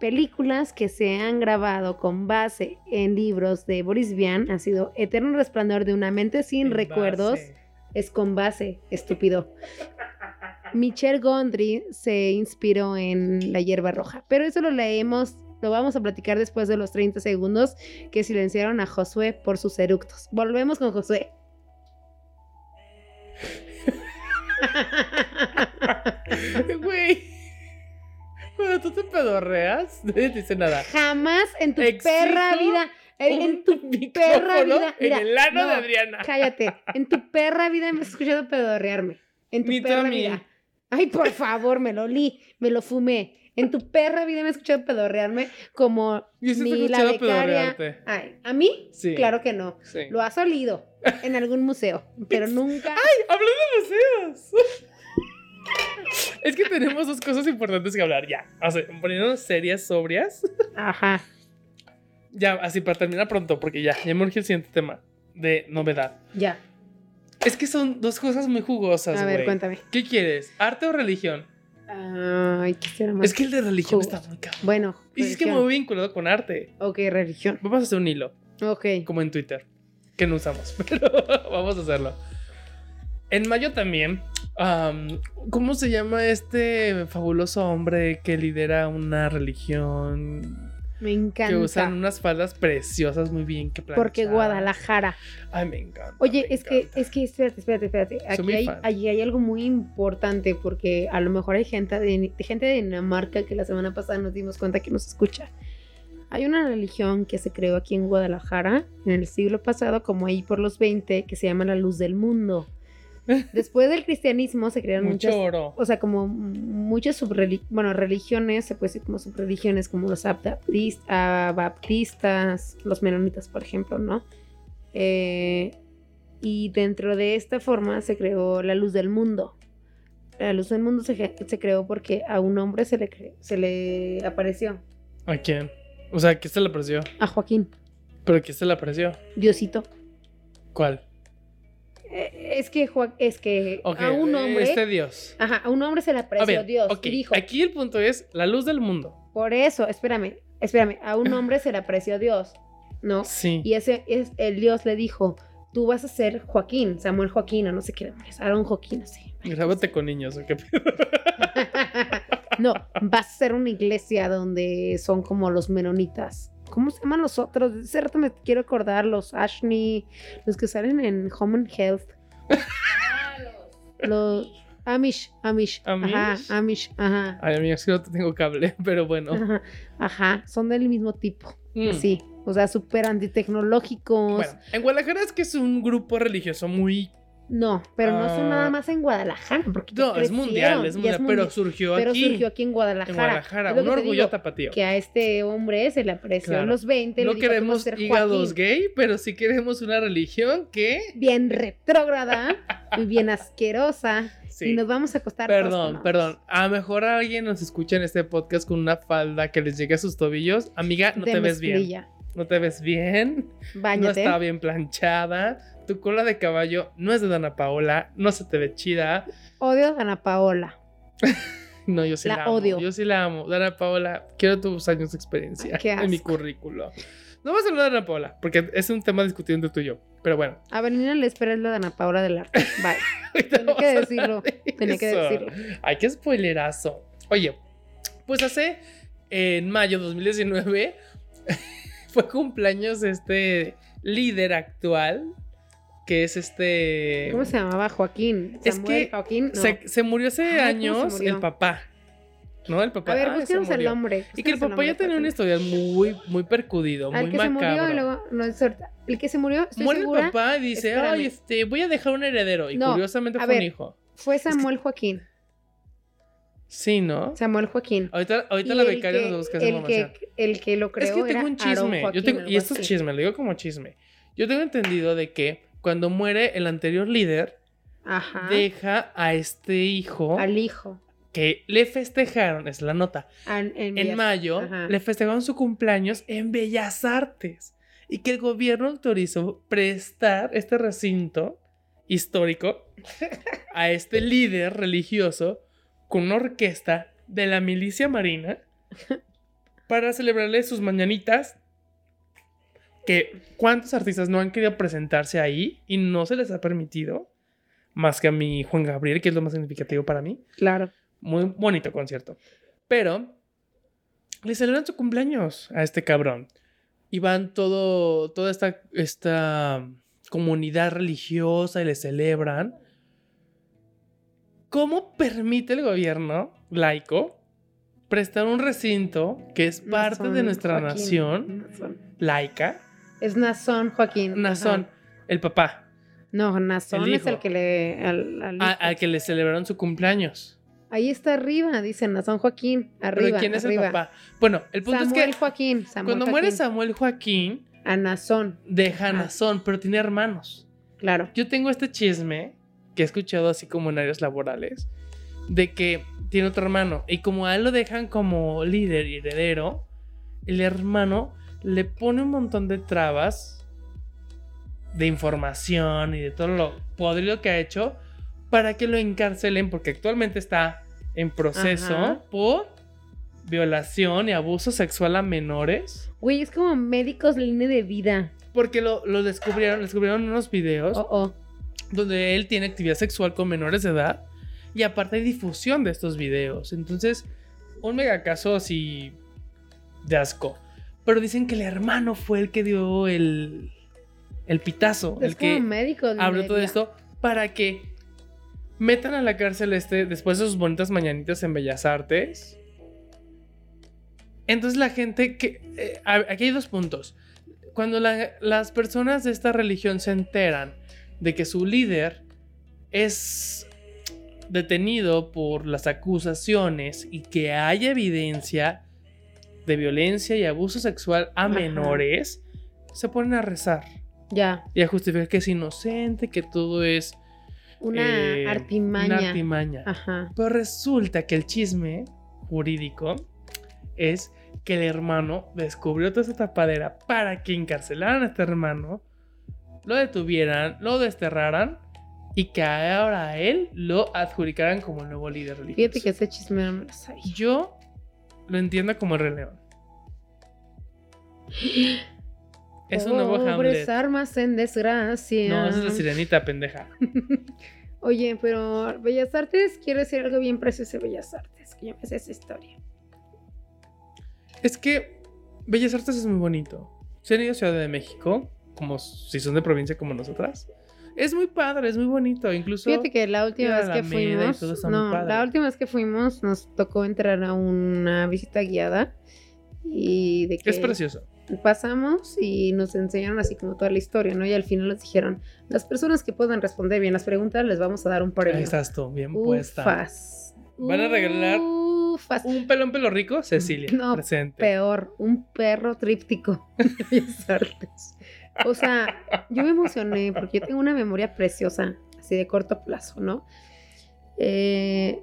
A: películas que se han grabado con base en libros de Boris Vian han sido Eterno Resplandor de una mente sin recuerdos, es con base, estúpido. Michel Gondry se inspiró en La hierba roja, pero eso lo leemos, lo vamos a platicar después de los 30 segundos que silenciaron a Josué por sus eructos. Volvemos con Josué.
B: Güey. Cuando tú te pedorreas, nadie te dice nada.
A: Jamás en tu
B: Exijo
A: perra vida, en, en tu perra
B: Micrófono
A: vida, mira,
B: en el ano
A: no.
B: de Adriana.
A: Cállate. En tu perra vida me has escuchado pedorrearme. En tu
B: Ni tú a
A: perra
B: mí.
A: vida. Ay, por favor, me lo olí, me lo fumé. En tu perra vida me has escuchado pedorrearme como
B: Yo sí te he
A: ni la
B: escuchado
A: becaria.
B: pedorrearte.
A: Ay, ¿a mí?
B: Sí.
A: Claro que no.
B: Sí.
A: Lo has olido en algún museo, pero nunca.
B: Hablando de museos. es que tenemos dos cosas importantes que hablar ya. O sea, poniéndonos serias, sobrias.
A: Ajá.
B: Ya, así para terminar pronto, porque ya, ya me urge el siguiente tema de novedad.
A: Ya.
B: Es que son dos cosas muy jugosas,
A: A ver,
B: güey.
A: cuéntame.
B: ¿Qué quieres? ¿Arte o religión?
A: Ay, ¿qué será más?
B: Es que el de religión
A: Justo.
B: está muy cabrón.
A: Bueno,
B: Y es que
A: religión.
B: muy vinculado con arte.
A: Ok, religión.
B: Vamos a hacer un hilo,
A: Ok.
B: como en Twitter, que no usamos, pero vamos a hacerlo. En mayo también, am, ¿cómo se llama este fabuloso hombre que lidera una religión?
A: Me
B: Que usan
A: encanta.
B: unas faldas preciosas muy bien que planchadas.
A: Porque Guadalajara.
B: Ay, me encanta.
A: Oye,
B: me
A: es que,
B: encanta.
A: es que, espérate, espérate, espérate.
B: muy
A: Aquí hay,
B: fan.
A: allí hay algo muy importante porque a lo mejor hay gente de, gente de Dinamarca que la semana pasada nos dimos cuenta que nos escucha. Hay una religión que se creó aquí en Guadalajara en el siglo pasado, como ahí por los 20, que se llama la luz del mundo. Después del cristianismo se crearon
B: Mucho
A: muchas
B: oro.
A: o sea, como muchas subreli- bueno, religiones, se puede decir como subreligiones, como los abdaptis- ah, baptistas, los menonitas, por ejemplo, ¿no? Eh, y dentro de esta forma se creó la luz del mundo. La luz del mundo se, ge- se creó porque a un hombre se le, cre- se le apareció,
B: ¿A quién? O sea, ¿qué se le apareció?
A: a Joaquín,
B: ¿Pero qué se le apareció?
A: Diosito.
B: ¿Cuál?
A: Eh, es que, Joa- es que
B: Ok,
A: a un hombre...
B: Este Dios.
A: Ajá, a un hombre se le
B: A
A: apareció
B: ver,
A: Dios
B: ok,
A: y dijo,
B: Aquí el punto es la luz del mundo.
A: Por eso, espérame, espérame, a un hombre se le apareció Dios, ¿no?
B: Sí.
A: Y ese es el Dios le dijo, tú vas a ser Joaquín, Samuel Joaquín, o no sé qué demonios, Aaron Joaquín, no sé.
B: Grábate con niños, ¿o qué pedo?
A: no, vas a ser una iglesia donde son como los menonitas. ¿Cómo se llaman los otros? De cierto me quiero acordar, los Ashney, los que salen en Home and Health. Los Amish, Amish.
B: Amish. Ah,
A: Ajá, Amish, ajá.
B: Ay, amigos, que no tengo cable, pero bueno.
A: Ajá, ajá, son del mismo tipo.
B: Mm.
A: Sí, o sea, súper antitecnológicos.
B: Bueno, en Guadalajara es que es un grupo religioso muy...
A: no, pero no son
B: Ah.
A: nada más en Guadalajara, porque ya
B: No, es
A: crecieron,
B: mundial, es
A: ya
B: mundial, pero surgió
A: pero
B: aquí,
A: surgió aquí en Guadalajara.
B: en Guadalajara.
A: Es lo
B: Un
A: que te
B: orgullo
A: digo,
B: tapatío.
A: que a este hombre se le apareció
B: Claro.
A: a los 20.
B: No
A: le dijo, "Tú vas a
B: queremos
A: ser
B: hígados
A: Joaquín".
B: gay, pero sí queremos una religión que...
A: Bien retrógrada y bien asquerosa.
B: Sí.
A: Y nos vamos a acostar. todos con
B: Perdón,
A: otros.
B: perdón. A lo mejor alguien nos escucha en este podcast con una falda que les llegue a sus tobillos. Amiga, no
A: De
B: te ves bien.
A: mezclilla.
B: No te ves bien.
A: Báñate.
B: No está bien planchada. Tu cola de caballo no es de Dana Paola. No se te ve chida.
A: Odio a Ana Paola.
B: No, yo sí la,
A: La
B: amo.
A: odio.
B: Yo sí la amo. Dana Paola, quiero tus años de experiencia
A: Ay, qué
B: en mi
A: asco.
B: currículo. No vamos a hablar de Dana Paola, porque es un tema discutido entre tú y yo. Pero bueno,
A: Avenida Les Pérez, la de Ana Paola del Arte. Bye.
B: ahorita
A: Tenía que
B: vamos a
A: decirlo.
B: hablar de
A: Tenía que
B: eso.
A: decirlo.
B: Ay, qué spoilerazo. Oye, pues hace eh, en mayo de 2019 fue cumpleaños este líder actual, que es este...
A: ¿Cómo se llamaba? Joaquín.
B: Es
A: Samuel
B: que
A: Joaquín. no.
B: Se, se murió hace
A: Ay, ¿cómo se
B: años
A: murió?
B: el papá. ¿No? El papá.
A: A ver,
B: ah, se
A: busquemos Pues el
B: murió.
A: nombre.
B: Y que el
A: busquemos
B: papá ya
A: nombre,
B: tenía un
A: Joaquín.
B: historial muy, muy percudido,
A: Al
B: muy
A: que se
B: macabro.
A: murió y luego. No, es cierto. El que se murió, estoy
B: Muere
A: segura,
B: el papá y dice,
A: Espérame.
B: ay, este, voy a dejar un heredero. Y
A: No,
B: curiosamente
A: a
B: fue un
A: ver.
B: hijo.
A: fue Samuel Joaquín.
B: Sí, ¿no?
A: Samuel Joaquín.
B: Ahorita, ahorita
A: Y
B: la
A: el
B: becaria
A: que-
B: nos busca esa
A: el
B: información.
A: que, el que lo creó
B: Es que
A: era
B: tengo un
A: Aarón
B: chisme.
A: Joaquín,
B: Yo tengo-
A: algo
B: y esto es
A: así.
B: chisme, lo digo como chisme. Yo tengo entendido de que cuando muere el anterior líder,
A: Ajá.
B: deja a este hijo
A: Ah. Al hijo.
B: que le festejaron, es la nota,
A: al- en
B: en
A: Bellas-
B: mayo
A: Ajá.
B: le festejaron su cumpleaños en Bellas Artes y que el gobierno autorizó prestar este recinto histórico a este líder religioso con una orquesta de la milicia marina para celebrarle sus mañanitas que cuántos artistas no han querido presentarse ahí y no se les ha permitido más que a mi Juan Gabriel que es lo más significativo para mí
A: Claro.
B: muy bonito concierto. Pero le celebran su cumpleaños a este cabrón. Y van todo, toda esta, esta comunidad religiosa y le celebran. ¿Cómo permite el gobierno laico prestar un recinto que es
A: No
B: parte de
A: son
B: nuestra
A: Joaquín,
B: nación
A: no son.
B: laica?
A: Es Nazón Joaquín.
B: Nazón,
A: ajá.
B: el papá,
A: No, Nazón
B: El
A: es
B: hijo.
A: el que le. Al, al
B: a-
A: hijo.
B: al que le celebraron su cumpleaños.
A: Ahí está arriba, dice Nazón Joaquín. Arriba.
B: ¿Pero quién es
A: arriba.
B: el papá? Bueno, el punto
A: Samuel
B: es que
A: Joaquín. Samuel
B: cuando muere
A: Joaquín.
B: Samuel Joaquín,
A: a Nazón,
B: de Hanazón, pero tiene hermanos.
A: claro.
B: Yo tengo este chisme que he escuchado así como en áreas laborales de que tiene otro hermano y como a él lo dejan como líder y heredero, el hermano le pone un montón de trabas de información y de todo lo podrido que ha hecho para que lo encarcelen porque actualmente está en proceso
A: Ajá.
B: por violación y abuso sexual a menores.
A: Güey, es como médicos línea de vida.
B: Porque lo, lo descubrieron, descubrieron unos videos
A: Oh, oh.
B: donde él tiene actividad sexual con menores de edad y aparte hay difusión de estos videos. Entonces, un mega caso así de asco. Pero dicen que el hermano fue el que dio el, el pitazo,
A: Es
B: el que
A: como médicos línea
B: habló
A: de
B: todo
A: vida.
B: esto para que metan a la cárcel a este después de sus bonitas mañanitas en Bellas Artes. Entonces la gente que... eh, a- aquí hay dos puntos. Cuando la- las personas de esta religión se enteran de que su líder es detenido por las acusaciones y que hay evidencia de violencia y abuso sexual a
A: Ajá.
B: menores, se ponen a rezar
A: Ya,
B: y a justificar que es inocente, que todo es
A: una
B: eh,
A: artimaña. Ah.
B: una artimaña.
A: Ajá.
B: Pero resulta que el chisme jurídico es que el hermano descubrió toda esa tapadera para que encarcelaran a este hermano, lo detuvieran, lo desterraran y que ahora a él lo adjudicaran como el nuevo líder religioso.
A: Fíjate que ese chisme no me lo sabía.
B: Yo lo entiendo como el Rey León. Es un nuevo
A: Pobres
B: Hamlet.
A: armas en desgracia.
B: No, esa es la sirenita, pendeja.
A: Oye, pero Bellas Artes, quiero decir algo bien precioso de Bellas Artes, que yo me sé esa historia.
B: Es que Bellas Artes es muy bonito. Si han ido a Ciudad de México, como si son de provincia como nosotras, es muy padre, es muy bonito. Incluso
A: Fíjate que la última
B: la
A: vez que
B: Alameda y
A: fuimos,
B: todo está muy
A: no, la
B: padre.
A: última vez que fuimos nos tocó entrar a una visita guiada y de que
B: es precioso.
A: pasamos y nos enseñaron así como toda la historia, ¿no? Y al final nos dijeron, las personas que puedan responder bien las preguntas les vamos a dar un premio.
B: Ahí estás tú, bien puesta.
A: Ufas.
B: Van a regalar
A: Ufas.
B: Un pelón pelo rico, Cecilia,
A: No,
B: presente.
A: peor, un perro tríptico de Bellas Artes. O sea, yo me emocioné porque yo tengo una memoria preciosa, así de corto plazo, ¿no? Eh,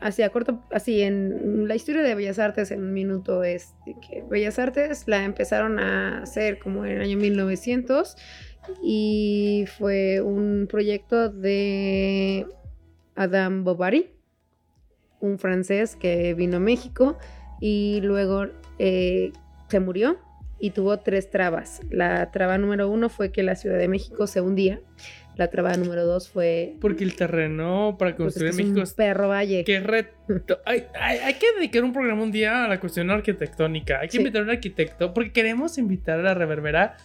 A: así a corto, así en la historia de Bellas Artes en un minuto es de que Bellas Artes la empezaron a hacer como en el año 1900 y fue un proyecto de Adam Bovary, un francés que vino a México y luego eh, se murió y tuvo tres trabas. La traba número uno fue que la Ciudad de México se hundía. La traba número dos fue
B: Porque el terreno para
A: pues, es que
B: construir
A: es
B: México
A: un
B: es
A: perro valle.
B: Qué reto. Ay, ay, hay que dedicar un programa un día a la cuestión arquitectónica. Hay que
A: Sí.
B: invitar a un arquitecto porque queremos invitar a la reverbera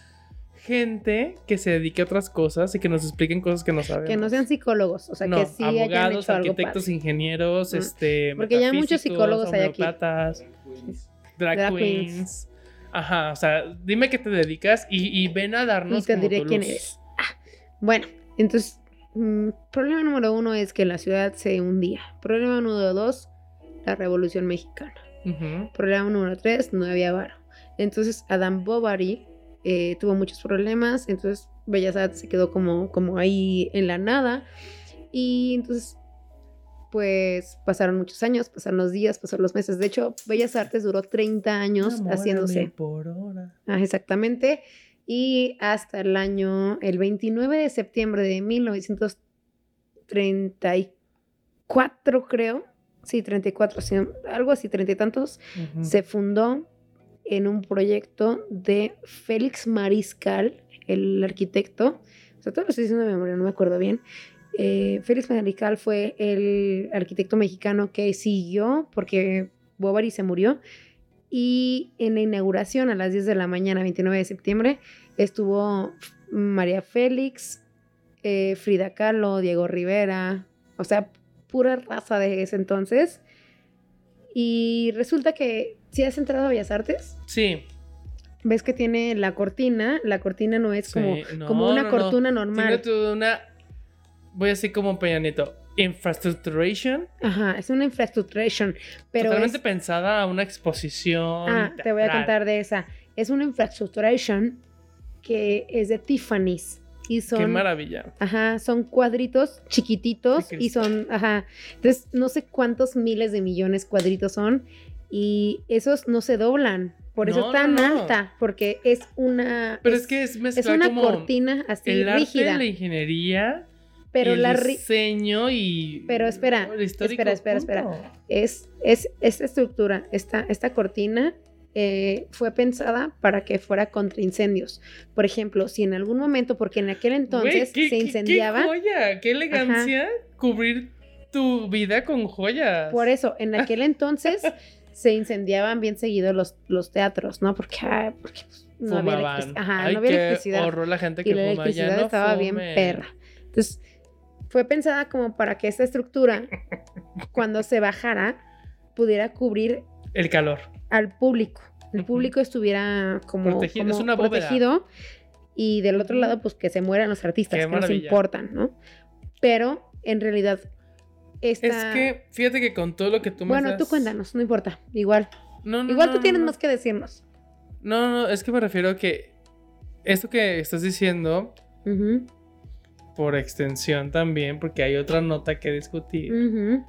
B: gente que se dedique a otras cosas y que nos expliquen cosas que no sabemos.
A: Que no sean psicólogos, o sea,
B: No,
A: que sí hayan
B: abogados,
A: hecho algo
B: arquitectos,
A: padre.
B: ingenieros,
A: Mm.
B: este.
A: Porque ya muchos
B: metafísicos,
A: psicólogos hay aquí.
B: homeópatas, Drag,
A: Drag
B: queens.
A: queens.
B: Ajá, o sea, dime qué te dedicas y, y ven a darnos.
A: Y te
B: como
A: diré
B: tu
A: quién
B: luz.
A: eres. Bueno, entonces, mm, problema número uno es que la ciudad se hundía. Problema número dos, la Revolución Mexicana.
B: Ujú.
A: Problema número 3, no había varo. Entonces, Adam Bovary eh, tuvo muchos problemas, entonces Bellas Artes se quedó como, como ahí en la nada. Y entonces, pues pasaron muchos años, pasaron los días, pasaron los meses. De hecho, Bellas Artes duró 30 años
B: Enamórame
A: haciéndose.
B: Por hora.
A: Ah, exactamente. Y hasta el año, el 29 de septiembre de 1934, creo. Sí, 34, sí, algo así, treinta y tantos
B: Ujú.
A: se fundó en un proyecto de Félix Mariscal, el arquitecto. O sea, todo lo estoy diciendo de memoria, no me acuerdo bien. Eh, Félix Mariscal fue el arquitecto mexicano que siguió porque Bovary se murió. Y en la inauguración a las 10 de la mañana, 29 de septiembre, estuvo María Félix, eh, Frida Kahlo, Diego Rivera, o sea, pura raza de ese entonces. Y resulta que si has entrado a Bellas Artes,
B: Sí.
A: ves que tiene la cortina. La cortina no es como,
B: sí, no,
A: como una
B: no, no.
A: cortina
B: Tiene
A: normal.
B: toda una. Voy a decir como Peña Nieto. Infrastructuration.
A: Ajá, es una infraestructuración. Pero
B: totalmente
A: es-
B: pensada a una exposición.
A: ah, te voy a
B: teatral.
A: contar de esa. Es una infraestructuración que es de Tiffany's. Y
B: Qué
A: son
B: maravilla.
A: Ajá, son cuadritos chiquititos
B: De
A: y son, ajá, entonces no sé cuántos miles de millones cuadritos son y esos no se doblan, por eso
B: No,
A: es tan
B: no, no.
A: alta, porque es una
B: Pero es, que es mezclar
A: es una
B: como
A: cortina así
B: el arte,
A: rígida,
B: la ingeniería,
A: Pero
B: y el
A: la ri-
B: diseño y.
A: Pero espera,
B: el histórico
A: espera, espera, espera.
B: punto.
A: es, es esta estructura, esta, esta cortina eh, fue pensada para que fuera contra incendios. Por ejemplo, si en algún momento, porque en aquel entonces
B: Güey, qué-
A: se
B: qué-
A: incendiaba,
B: Qué, joya, qué elegancia cubrir tu vida con joyas.
A: por eso, en aquel entonces se incendiaban bien seguido los, los teatros, ¿no? Porque, ah, porque, pues, no había
B: Fumaban.
A: electricidad. Ajá,
B: Ay,
A: no había
B: qué
A: electricidad.
B: horror la gente que
A: y la
B: fuma. Ya
A: electricidad
B: no
A: estaba bien
B: fumen.
A: perra. Entonces, fue pensada como para que esta estructura, cuando se bajara, pudiera cubrir
B: El calor.
A: al público. El
B: Ujú.
A: público estuviera como
B: Protegido,
A: como
B: es una bóveda.
A: protegido y del otro lado pues que se mueran los artistas
B: Qué
A: que nos
B: maravilla.
A: importan, ¿no? Pero en realidad esta...
B: Es que fíjate que con todo lo que tú me
A: bueno,
B: estás-
A: tú cuéntanos, no importa, igual.
B: No, no,
A: Igual
B: no,
A: tú
B: no,
A: tienes
B: no.
A: más que decirnos.
B: No, no, es que me refiero a que esto que estás diciendo,
A: Ujú,
B: por extensión también, porque hay otra nota que discutir,
A: ujú.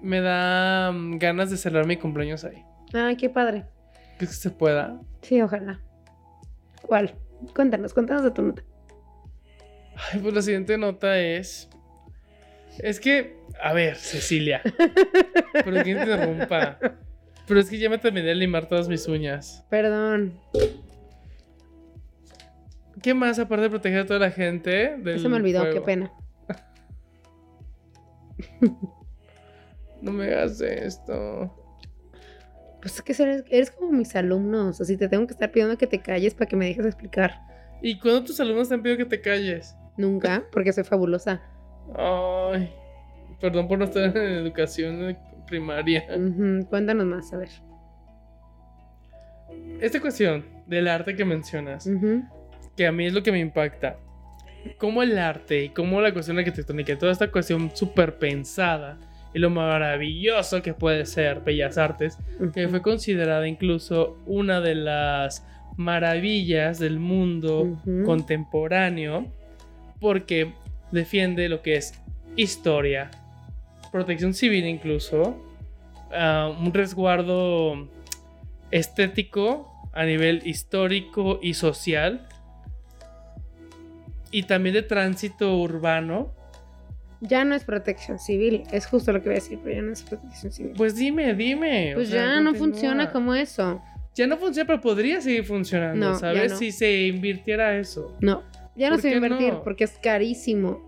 B: me da mm, ganas de celebrar mi cumpleaños ahí.
A: Ay, qué padre.
B: ¿Crees que se pueda?
A: Sí, ojalá. ¿Cuál? Cuéntanos, cuéntanos de tu nota.
B: Ay, pues la siguiente nota es. Es que, a ver, Cecilia. Pero que interrumpa. Pero es que ya me terminé de limar todas mis uñas.
A: Perdón,
B: ¿Qué más aparte de proteger a toda la gente? Del
A: se me olvidó, qué
B: fuego?
A: pena.
B: No me hagas esto.
A: Pues es que eres, eres como mis alumnos, así te tengo que estar pidiendo que te calles para que me dejes explicar.
B: ¿Y cuándo tus alumnos te han pedido que te calles?
A: Nunca, porque soy fabulosa.
B: Ay, perdón por no estar en educación primaria.
A: Ujú, Cuéntanos más, a ver.
B: Esta cuestión del arte que mencionas,
A: Ujú,
B: que a mí es lo que me impacta. Cómo el arte y cómo la cuestión arquitectónica, y toda esta cuestión súper pensada y lo maravilloso que puede ser Bellas Artes,
A: ujú.
B: que fue considerada incluso una de las maravillas del mundo
A: Ujú.
B: contemporáneo porque defiende lo que es historia, protección civil incluso, ah, un resguardo estético a nivel histórico y social y también de tránsito urbano.
A: Ya no es protección civil, es justo lo que voy a decir, pero ya no es protección civil.
B: Pues dime, dime. o
A: Pues
B: sea,
A: ya no
B: continúa.
A: funciona como eso.
B: Ya no funciona, pero podría seguir funcionando,
A: No, ya
B: ¿sabes?
A: no.
B: Si se invirtiera eso.
A: No, ya no
B: ¿Por
A: se va a
B: qué
A: invertir
B: no?
A: porque es carísimo.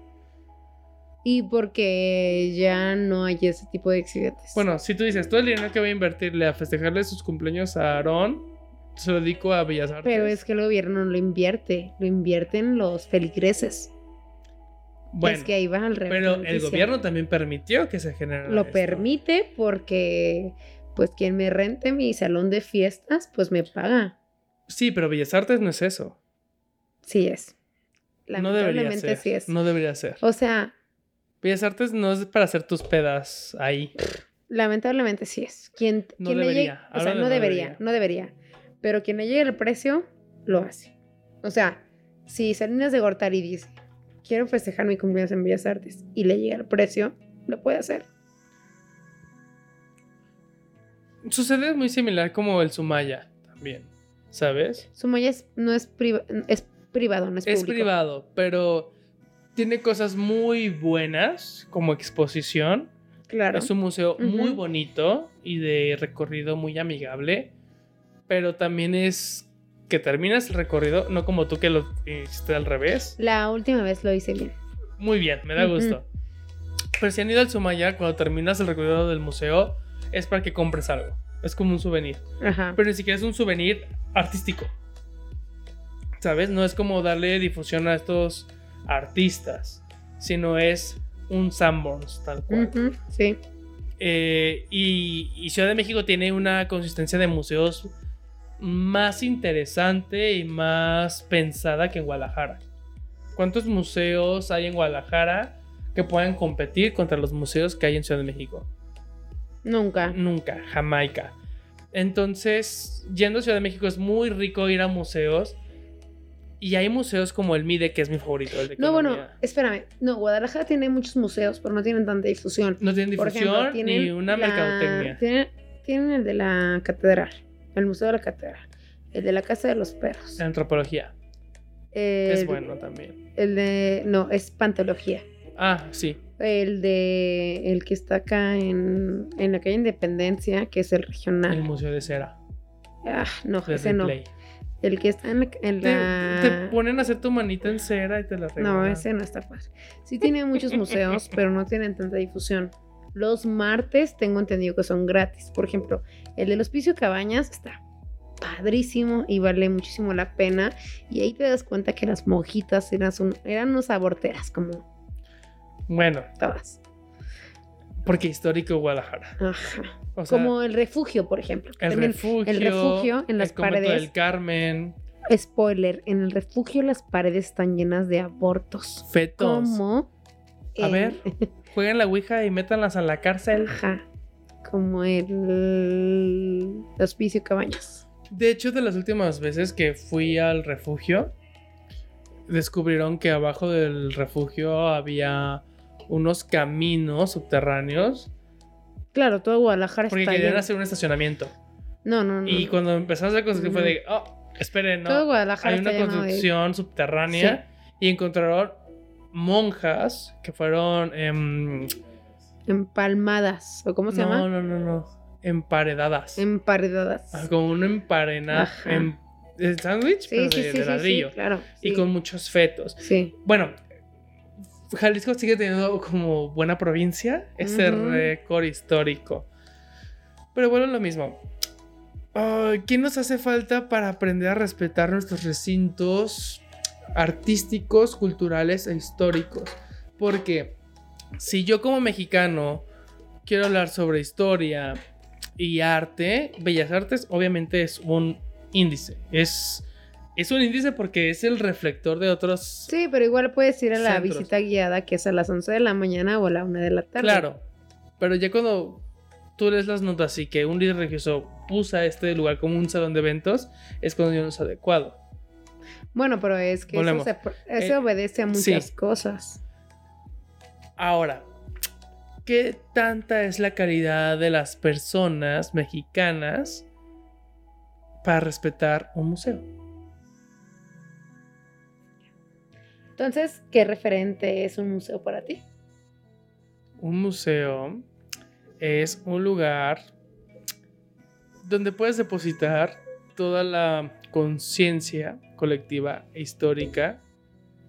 A: Y porque ya no hay ese tipo de accidentes.
B: Bueno, si tú dices, todo el dinero que voy a invertirle a festejarle sus cumpleaños a Aarón, se lo dedico a Bellas Artes.
A: pero es que el gobierno no lo invierte, lo invierten los feligreses.
B: bueno,
A: es que ahí va al revés.
B: pero el
A: noticia.
B: gobierno también permitió que se generara.
A: lo
B: esto.
A: permite porque pues quien me rente mi salón de fiestas pues me paga.
B: Sí, pero Bellas Artes no es eso.
A: Sí es.
B: No debería
A: Lamentablemente
B: ser.
A: sí es.
B: No debería ser.
A: O sea,
B: Bellas Artes no es para hacer tus pedas ahí.
A: lamentablemente sí es. Quien,
B: No
A: quien le
B: debería.
A: llegue- o sea,
B: Hablo de
A: no
B: no
A: debería,
B: debería.
A: no debería. Pero quien le llegue el precio, lo hace. O sea, si Salinas de Gortari dice, quiero festejar mi cumpleaños en Bellas Artes y le llega el precio, lo puede hacer.
B: Sucede muy similar como el Sumaya también, ¿sabes?
A: Sumaya es, no es, priva- es privado, no es
B: Es
A: público.
B: privado, pero tiene cosas muy buenas como exposición.
A: Claro.
B: Es un museo muy
A: Ujú.
B: bonito y de recorrido muy amigable, pero también es que terminas el recorrido, no como tú que lo hiciste al revés.
A: La última vez lo hice bien.
B: Muy bien, me da
A: Ujú.
B: gusto. Pero si han ido al Sumaya, cuando terminas el recorrido del museo, es para que compres algo. Es como un souvenir.
A: Ajá.
B: Pero ni siquiera es un souvenir artístico. ¿Sabes? No es como darle difusión a estos artistas, sino es un Sanborns, tal cual.
A: Ujú, Sí.
B: Eh, y, y Ciudad de México tiene una consistencia de museos más interesante y más pensada que en Guadalajara. ¿Cuántos museos hay en Guadalajara que puedan competir contra los museos que hay en Ciudad de México? Mm,
A: Nunca.
B: Nunca, Jamaica. Entonces, yendo a Ciudad de México es muy rico ir a museos. Y hay museos como el MIDE, que es mi favorito. el de
A: No, bueno,
B: economía.
A: espérame. No, Guadalajara tiene muchos museos, pero no tienen tanta difusión.
B: No tienen
A: Por
B: difusión
A: ejemplo, tienen
B: ni una
A: la-
B: mercadotecnia.
A: Tienen, tienen el de la catedral, el Museo de la Catedral, el de la Casa de los Perros,
B: Antropología.
A: El,
B: Ah, es bueno también.
A: El de. No, es pantología.
B: Ah, sí.
A: El de. El que está acá en, en la calle Independencia, que es el
B: El
A: regional.
B: Museo de Cera.
A: Ah, no,
B: De
A: ese no.
B: Ripley.
A: El que está en la. en
B: Te,
A: la-
B: te ponen a hacer tu manita en cera y te la regalan.
A: No, ese no está padre. Sí tiene muchos museos, pero no tienen tanta difusión. Los martes tengo entendido que son gratis. Por ejemplo, el del Hospicio Cabañas está padrísimo y vale muchísimo la pena. Y ahí te das cuenta que las mojitas eran, un- eran unas aborteras, como
B: Bueno,
A: todas.
B: porque histórico Guadalajara.
A: Ajá.
B: O sea,
A: como el refugio, por ejemplo. que
B: el
A: también-
B: refugio.
A: el refugio en las
B: el convento
A: paredes.
B: del Carmen,
A: Spoiler, en el refugio las paredes están llenas de abortos.
B: fetos.
A: Como...
B: A
A: en-
B: ver. Jueguen la Ouija y métanlas a la cárcel.
A: Ajá. Como el hospicio cabañas.
B: De hecho, de las últimas veces que fui al refugio, descubrieron que abajo del refugio había unos caminos subterráneos
A: Claro, todo Guadalajara
B: porque
A: está
B: querían
A: lleno.
B: hacer un estacionamiento.
A: No, no, no.
B: Y
A: no.
B: cuando empezamos a construir fue de, oh, esperen,
A: Mm. todo
B: no,
A: Guadalajara
B: hay una
A: está lleno de-
B: construcción subterránea y encontraron monjas que fueron em,
A: empalmadas o cómo se
B: no,
A: llama?
B: no, no, no, emparedadas.
A: Emparedadas.
B: Ah, Como un emparena
A: Ajá.
B: en el sándwich,
A: Sí,
B: pero
A: sí,
B: de,
A: sí,
B: de
A: sí, sí,
B: ladrillo.
A: claro.
B: Y
A: sí.
B: con muchos fetos.
A: Sí.
B: Bueno, Jalisco sigue teniendo como buena provincia ese
A: Ujú.
B: récord histórico. Pero bueno, lo mismo. Ay, ¿Qué nos hace falta para aprender a respetar nuestros recintos artísticos, culturales e históricos? Porque si yo como mexicano quiero hablar sobre historia y arte, Bellas Artes obviamente es un índice. Es, es un índice porque es el reflector de otros
A: Sí, pero igual puedes ir a la
B: Centros.
A: visita guiada que es a las 11 de la mañana o a la 1 de la tarde.
B: Claro, pero ya cuando tú lees las notas y que un líder religioso puso a este lugar como un salón de eventos, es cuando ya no es adecuado.
A: Bueno, pero es que eso,
B: Volvemos.
A: se, eso
B: Eh,
A: obedece a muchas
B: sí.
A: cosas.
B: Ahora, ¿qué tanta es la calidad de las personas mexicanas para respetar un museo?
A: Entonces, ¿qué referente es un museo para ti?
B: Un museo es un lugar donde puedes depositar toda la conciencia colectiva, histórica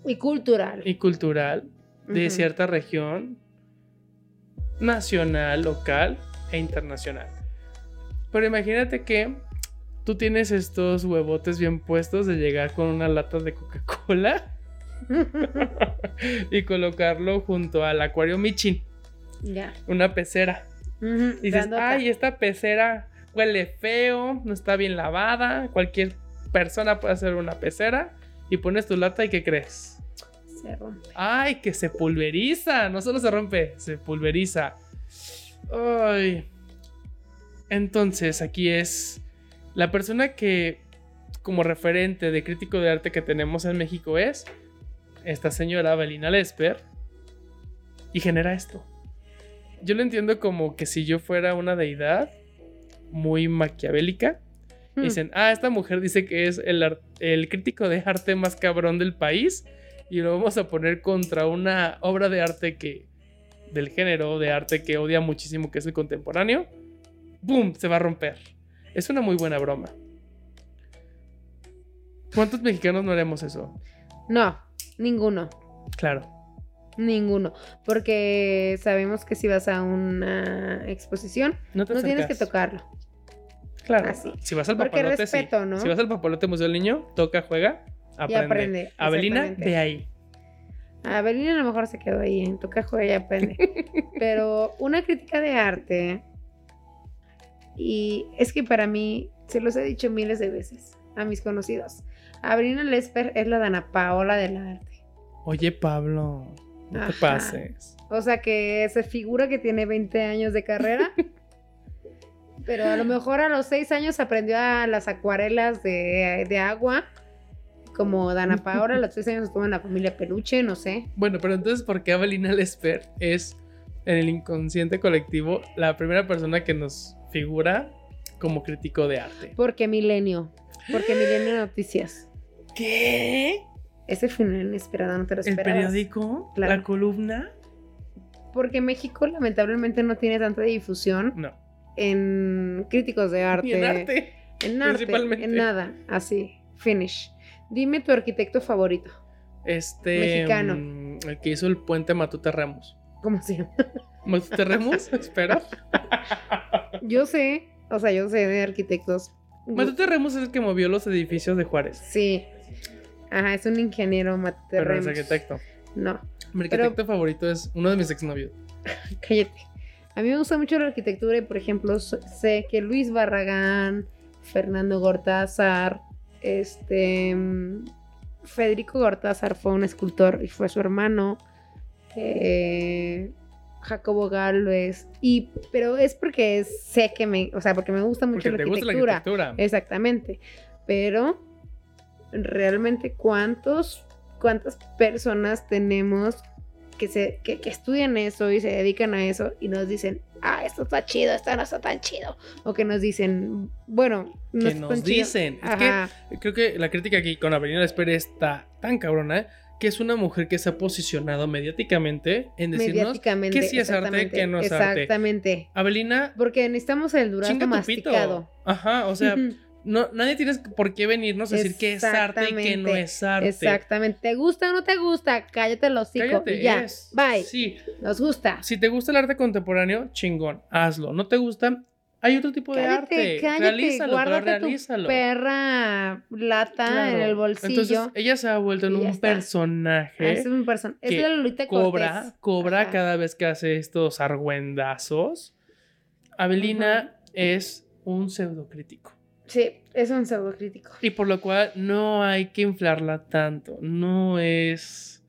A: Y cultural.
B: y cultural de
A: Ujú.
B: cierta región nacional, local e internacional. Pero imagínate que tú tienes estos huevotes bien puestos de llegar con una lata de Coca-Cola y colocarlo junto al acuario Michin,
A: ya.
B: una pecera.
A: Ujú,
B: Y dices,
A: grandota.
B: ay, esta pecera huele feo, no está bien lavada, cualquier persona puede hacer una pecera y pones tu lata y ¿qué crees?
A: Se rompe.
B: Ay, que se pulveriza. No solo se rompe, se pulveriza. Ay. Entonces, aquí es la persona que como referente de crítico de arte que tenemos en México es esta señora Belina Lesper y genera esto. Yo lo entiendo como que si yo fuera una deidad muy maquiavélica,
A: Mm.
B: y Dicen, ah, esta mujer dice que es el, ar- el crítico de arte más cabrón del país y lo vamos a poner contra una obra de arte que, del género de arte que odia muchísimo, que es el contemporáneo. ¡Boom! Se va a romper. Es una muy buena broma. ¿Cuántos mexicanos no haremos eso?
A: No, ninguno,
B: Claro.
A: ninguno. Porque sabemos que si vas a una exposición,
B: No, te
A: no tienes que
B: acercas.
A: tocarlo.
B: Claro.
A: así.
B: Si vas al
A: Porque
B: papalote, sí.
A: respeto, ¿no?
B: Si vas al papalote Museo del Niño, toca, juega,
A: Y
B: aprende.
A: aprende.
B: Avelina,
A: exactamente.
B: de ahí.
A: A Belina a lo mejor se quedó ahí, en tu cajuela y aprende. Pero una crítica de arte. Y es que para mí, se los he dicho miles de veces a mis conocidos. Abrina Lesper es la Dana Paola del arte.
B: Oye, Pablo, no te
A: Ajá.
B: pases.
A: O sea que se figura que tiene 20 años de carrera. pero a lo mejor a los 6 años aprendió a las acuarelas de, de agua. Como Dana Paola, a los 6 años estuvo en la familia Peluche, no sé.
B: Bueno, pero entonces, ¿por qué Abelina Lesper es en el inconsciente colectivo la primera persona que nos figura como crítico de arte?
A: Porque Milenio. Porque Milenio Noticias.
B: ¿Qué?
A: Ese final inesperado no te lo
B: El
A: esperabas.
B: periódico,
A: Claro.
B: la columna,
A: Porque México lamentablemente no tiene tanta difusión
B: no.
A: en críticos de arte.
B: Y en arte.
A: En arte,
B: principalmente.
A: En nada. Así. Finish. Dime tu arquitecto favorito.
B: Este.
A: Mexicano.
B: mm, el que hizo el puente Matute Ramos.
A: ¿Cómo se llama?
B: ¿Matute Ramos? Espera.
A: Yo sé. O sea, yo sé de arquitectos.
B: Matute Ramos es el que movió los edificios de Juárez.
A: Sí. Ajá, es un ingeniero Matute
B: Pero no es
A: Remus.
B: arquitecto.
A: No,
B: Mi
A: Pero-
B: arquitecto favorito es uno de mis exnovios.
A: cállate. A mí me gusta mucho la arquitectura y, por ejemplo, s- sé que Luis Barragán, Fernando Gortázar, este. mm, Federico Gortázar fue un escultor y fue su hermano. eh, Jacobo Galvez. Y, pero es porque sé que me. O sea, porque me gusta mucho
B: Porque te
A: la
B: gusta la
A: arquitectura.
B: arquitectura.
A: Exactamente. Pero realmente cuántos, cuántas personas tenemos que se, que, que estudian eso y se dedican a eso y nos dicen, ah, esto está chido, esto no está tan chido. O que nos dicen, bueno, no
B: Que
A: está
B: nos
A: tan chido".
B: dicen. Es que
A: Ajá,
B: Creo que la crítica aquí con Avenida Espera está tan cabrona que es una mujer que se ha posicionado mediáticamente en decirnos
A: mediáticamente.
B: que sí es arte,
A: exactamente,
B: que no es arte.
A: Exactamente.
B: Abelina,
A: Porque necesitamos el durazno
B: chinga tu pito.
A: masticado.
B: Ajá, o sea,
A: Ujú,
B: no, nadie tiene por qué venirnos a decir que es arte y que no es arte.
A: Exactamente. ¿Te gusta o no te gusta? Cállate el hocico
B: Cállate,
A: y ya.
B: es.
A: Bye.
B: Sí,
A: Nos gusta.
B: si te gusta el arte contemporáneo, chingón, hazlo. No te gusta, hay otro tipo de
A: Cállate,
B: arte.
A: cállate,
B: realízalo, pero
A: guárdate tu
B: realízalo.
A: perra lata
B: Claro.
A: en el
B: Entonces,
A: bolsillo.
B: ella se ha vuelto en
A: y ya
B: un
A: está.
B: personaje.
A: es mi persona. Es
B: que
A: la Lolita
B: cobra,
A: Cortés.
B: cobra
A: Ajá.
B: cada vez que hace estos argüendazos. Abelina es un pseudocrítico.
A: Sí, es un pseudo crítico.
B: Y por lo cual no hay que inflarla tanto. No es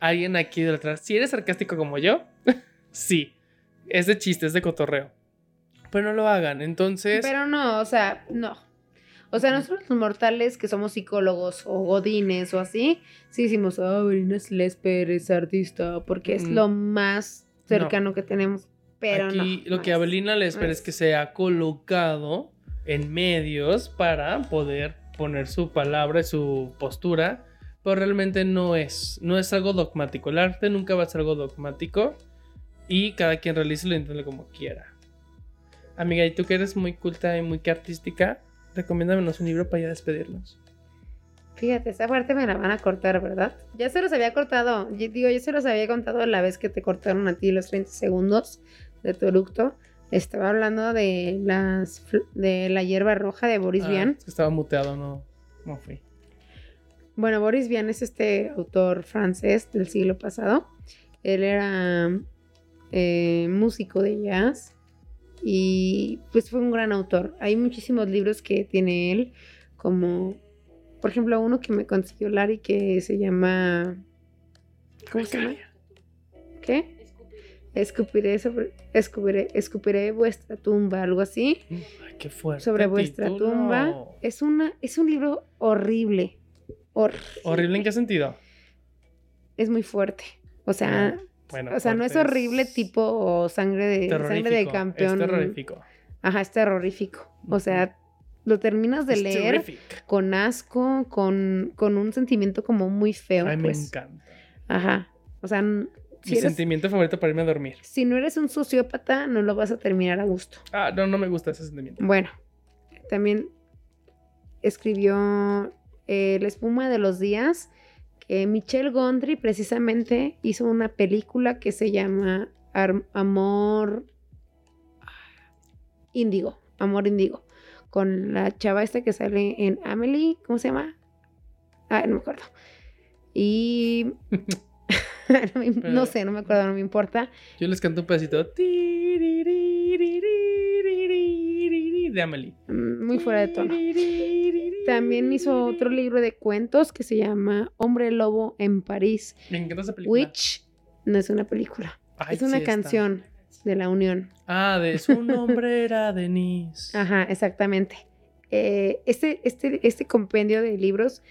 B: alguien aquí de atrás. Si eres sarcástico como yo, sí. Es de chiste, es de cotorreo. Pero no lo hagan. Entonces,
A: Pero no, o sea, no. O sea, nosotros los mortales que somos psicólogos o godines o así, sí decimos, ah, Brina Lesper es artista, porque es
B: Mm.
A: lo más cercano que tenemos. Pero
B: aquí
A: no,
B: lo
A: no
B: que
A: es.
B: Abelina le espera
A: no
B: es
A: es.
B: que se ha colocado en medios para poder poner su palabra y su postura, pero realmente no es, no es algo dogmático. El arte nunca va a ser algo dogmático y cada quien realice y lo entiende como quiera. Amiga, y tú que eres muy culta y muy que artística, recomiéndanos un libro para ya despedirnos.
A: Fíjate, esa parte me la van a cortar, ¿verdad? Ya se los había cortado. Yo, digo, yo se los había contado la vez que te cortaron a ti los 30 segundos de tu eructo. Estaba hablando de las fl- de la hierba roja de Boris
B: Ah,
A: Vian.
B: es que estaba muteado, no, no fui.
A: Bueno, Boris Vian es este autor francés del siglo pasado. Él era eh, músico de jazz y pues fue un gran autor. Hay muchísimos libros que tiene él, como por ejemplo uno que me consiguió Lari que se llama... ¿Cómo se llama? ¿Qué? Escupiré, sobre- escupiré, escupiré vuestra tumba, algo así
B: Ay, qué fuerte.
A: sobre vuestra
B: título.
A: tumba. Es, una, es un libro horrible. Horrible.
B: ¿Horrible en qué sentido?
A: Es muy fuerte. O sea,
B: Bueno,
A: o sea no es
B: fuerte,
A: horrible tipo sangre de, sangre de
B: terrorífico,
A: campeón.
B: Es terrorífico.
A: Ajá, es terrorífico. O sea, lo terminas de
B: Es
A: leer
B: terrific.
A: con asco, con, con un sentimiento como muy feo.
B: Ay, me
A: pues.
B: encanta.
A: Ajá. O sea, n- si,
B: Mi
A: eres-
B: sentimiento favorito para irme a dormir.
A: si no eres un sociópata, no lo vas a terminar a gusto.
B: Ah, no, no me gusta ese sentimiento.
A: Bueno, también escribió eh, La espuma de los días, que Michelle Gondry precisamente hizo una película que se llama Ar- Amor Índigo, Amor Índigo, con la chava esta que sale en Amelie, ¿cómo se llama? Ah, no me acuerdo. Y... no, me- no sé, no me acuerdo, no me importa.
B: Yo les canto un pedacito. Tiriririririririri, De Amelie.
A: Mm, Muy fuera de tono.
B: Tiriririririririri.
A: También hizo otro libro de cuentos que se llama Hombre Lobo en París,
B: Me encanta esa película.
A: which no es una película,
B: Ay,
A: es una
B: sí está.
A: canción de la Unión.
B: Ah, de su nombre era Denise.
A: Ajá, exactamente. Eh, este, este, este compendio de libros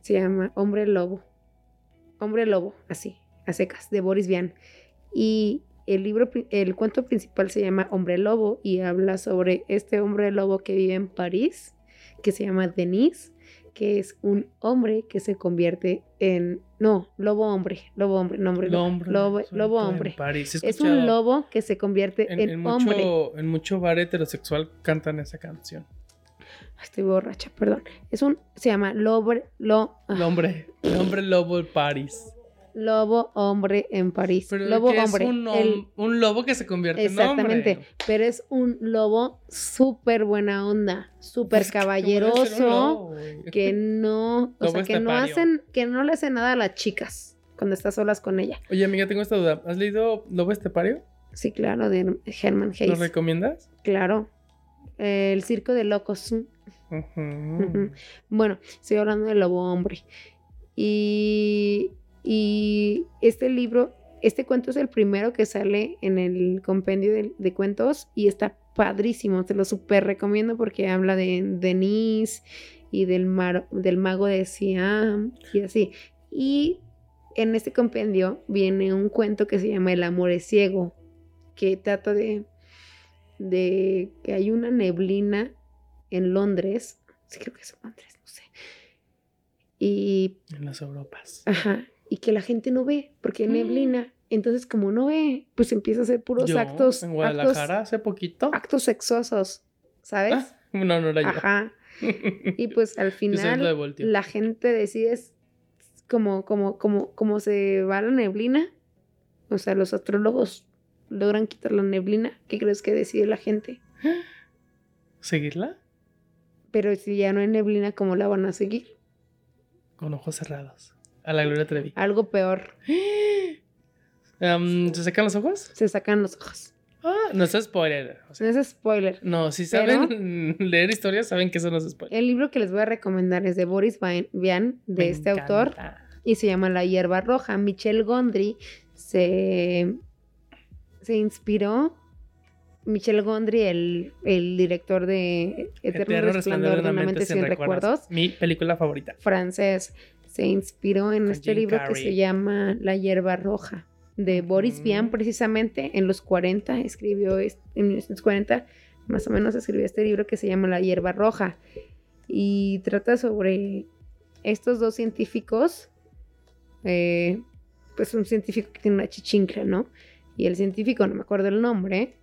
A: se llama Hombre Lobo. Hombre Lobo, así, a secas, de Boris Vian. Y el libro, pri- el cuento principal se llama Hombre Lobo y habla sobre este hombre lobo que vive en París, que se llama Denise, que es un hombre que se convierte en. No, lobo hombre. Lobo hombre, nombre.
B: Lo
A: Lobo,
B: hombre,
A: lobo,
B: sobre
A: lobo
B: todo en
A: hombre.
B: París. He
A: Es
B: escuchado
A: un lobo que se convierte
B: En,
A: en,
B: en
A: hombre.
B: mucho, en mucho bar heterosexual cantan esa canción.
A: Ay, Estoy borracha, perdón. Es un. Se llama Lobre, lo, ah,
B: El hombre, el hombre lobo en París.
A: Lobo Hombre en París.
B: Pero
A: lobo
B: que
A: Hombre.
B: es un, Este hom-
A: el-
B: un lobo que se convierte
A: exactamente.
B: en hombre.
A: Pero es un lobo súper buena onda, súper
B: Pues, ¿qué puede ser un
A: caballeroso.
B: lobo, güey?
A: que no, o
B: Lobo
A: sea, que no
B: estepario.
A: hacen, que no le hacen nada a las chicas cuando estás solas con ella.
B: Oye, amiga, tengo esta duda. ¿Has leído Lobo Estepario?
A: Sí, claro, de Herman
B: ¿Lo
A: Hayes.
B: recomiendas?
A: Claro. El circo de locos.
B: Ujú.
A: Ujú. Bueno, estoy hablando del lobo hombre. Y, y este libro, este cuento es el primero que sale en el compendio de, de cuentos y está padrísimo, te lo súper recomiendo porque habla de Denise y del, mar- del mago de Siam y así. Y en este compendio viene un cuento que se llama El amor es ciego, que trata de, de que hay una neblina en Londres, sí creo que es en Londres, no sé, y
B: En las Europas.
A: Ajá. Y que la gente no ve, porque hay neblina. Entonces, como no ve, pues empieza a hacer puros
B: Yo,
A: actos.
B: En
A: actos,
B: Guadalajara hace poquito.
A: actos sexosos, ¿sabes?
B: Ah, no, no era yo.
A: Ajá. Y pues al
B: Yo soy lo de
A: final,
B: Voltio.
A: la gente decide es como, como, como, como se va la neblina. O sea, los astrólogos logran quitar la neblina. ¿Qué crees que decide la gente?
B: ¿Seguirla?
A: Pero si ya no hay neblina, ¿cómo la van a seguir?
B: Con ojos cerrados. A la Gloria Trevi.
A: Algo peor.
B: Am, ¿Se sacan los ojos?
A: Se sacan los ojos.
B: Ah, no es spoiler. O sea,
A: No es spoiler.
B: no, si
A: Pero-
B: saben leer historias, saben que eso no es spoiler.
A: El libro que les voy a recomendar es de Boris Vian, Vian, de
B: Me
A: este autor,
B: encanta.
A: y se llama La hierba roja. Michelle Gondry se, se inspiró. Michelle Gondry, el, el director de Eterno, Resplandor de una mente sin recuerdos,
B: Mi película favorita.
A: francés, se inspiró en
B: Con
A: este
B: Jim
A: libro que
B: Carrey. Mm.
A: se llama La hierba roja, de Boris
B: Ujú.
A: Vian, precisamente en los 40, escribió, es- en 1940, más o menos escribió este libro que se llama La hierba roja, y trata sobre estos dos científicos, eh, pues un científico que tiene una chichincla, ¿no? Y el científico, no me acuerdo el nombre.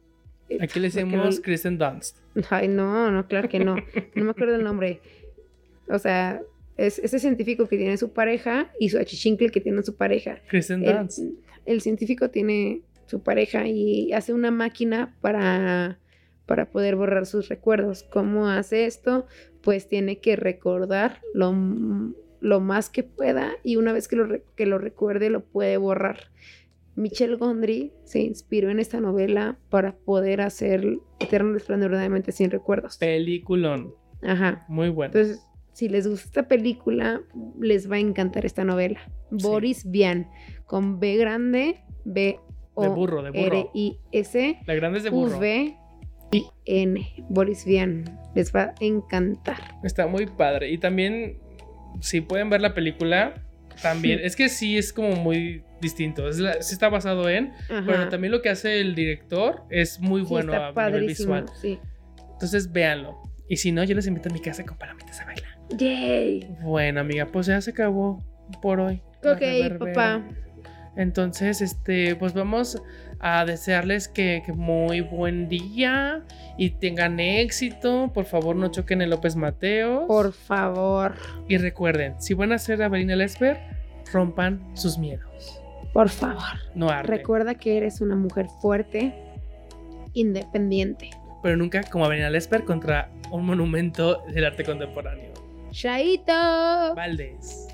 A: eh,
B: Aquí le
A: porque
B: decimos
A: no-
B: Kristen Dunst.
A: Ay, no, no, claro que no. No me acuerdo el nombre. O sea, es ese científico que tiene su pareja y su achichincle que tiene su pareja.
B: Kristen
A: El,
B: Dunst.
A: el científico tiene su pareja y hace una máquina para, para poder borrar sus recuerdos. ¿Cómo hace esto? Pues tiene que recordar lo, m- lo más que pueda y una vez que lo, re- que lo recuerde lo puede borrar. Michelle Gondry se inspiró en esta novela para poder hacer Eterno Resplandor de una mente sin recuerdos.
B: Peliculón.
A: Ajá.
B: Muy bueno.
A: Entonces, si les gusta esta película, les va a encantar esta novela.
B: Sí.
A: Boris Vian, con B grande, B
B: de
A: O
B: burro, de
A: R
B: burro.
A: I S E,
B: La grande es de burro.
A: U oh, V I N. Boris Vian, les va a encantar.
B: Está muy padre. Y también, si pueden ver la película, también. Es que sí es como muy distinto. Es la- sí está basado en.
A: Ajá.
B: Pero también lo que hace el director es muy
A: Sí,
B: bueno
A: está
B: a nivel
A: padrísimo,
B: visual.
A: sí.
B: Entonces, véanlo. Y si no, yo les invito a mi casa con palomitas a bailar.
A: Yay.
B: Bueno, amiga, pues ya se acabó por hoy. la
A: Ok,
B: reverbera.
A: papá.
B: Entonces, este, pues vamos a desearles que, que muy buen día y tengan éxito. Por favor, no choquen el López Mateos.
A: Por favor,
B: Y recuerden, si van a ser Avelina Lesper, rompan sus miedos.
A: por favor.
B: No arden.
A: Recuerda que eres una mujer fuerte, independiente.
B: Pero nunca como Avelina Lesper contra un monumento del arte contemporáneo.
A: Chaito.
B: Valdés.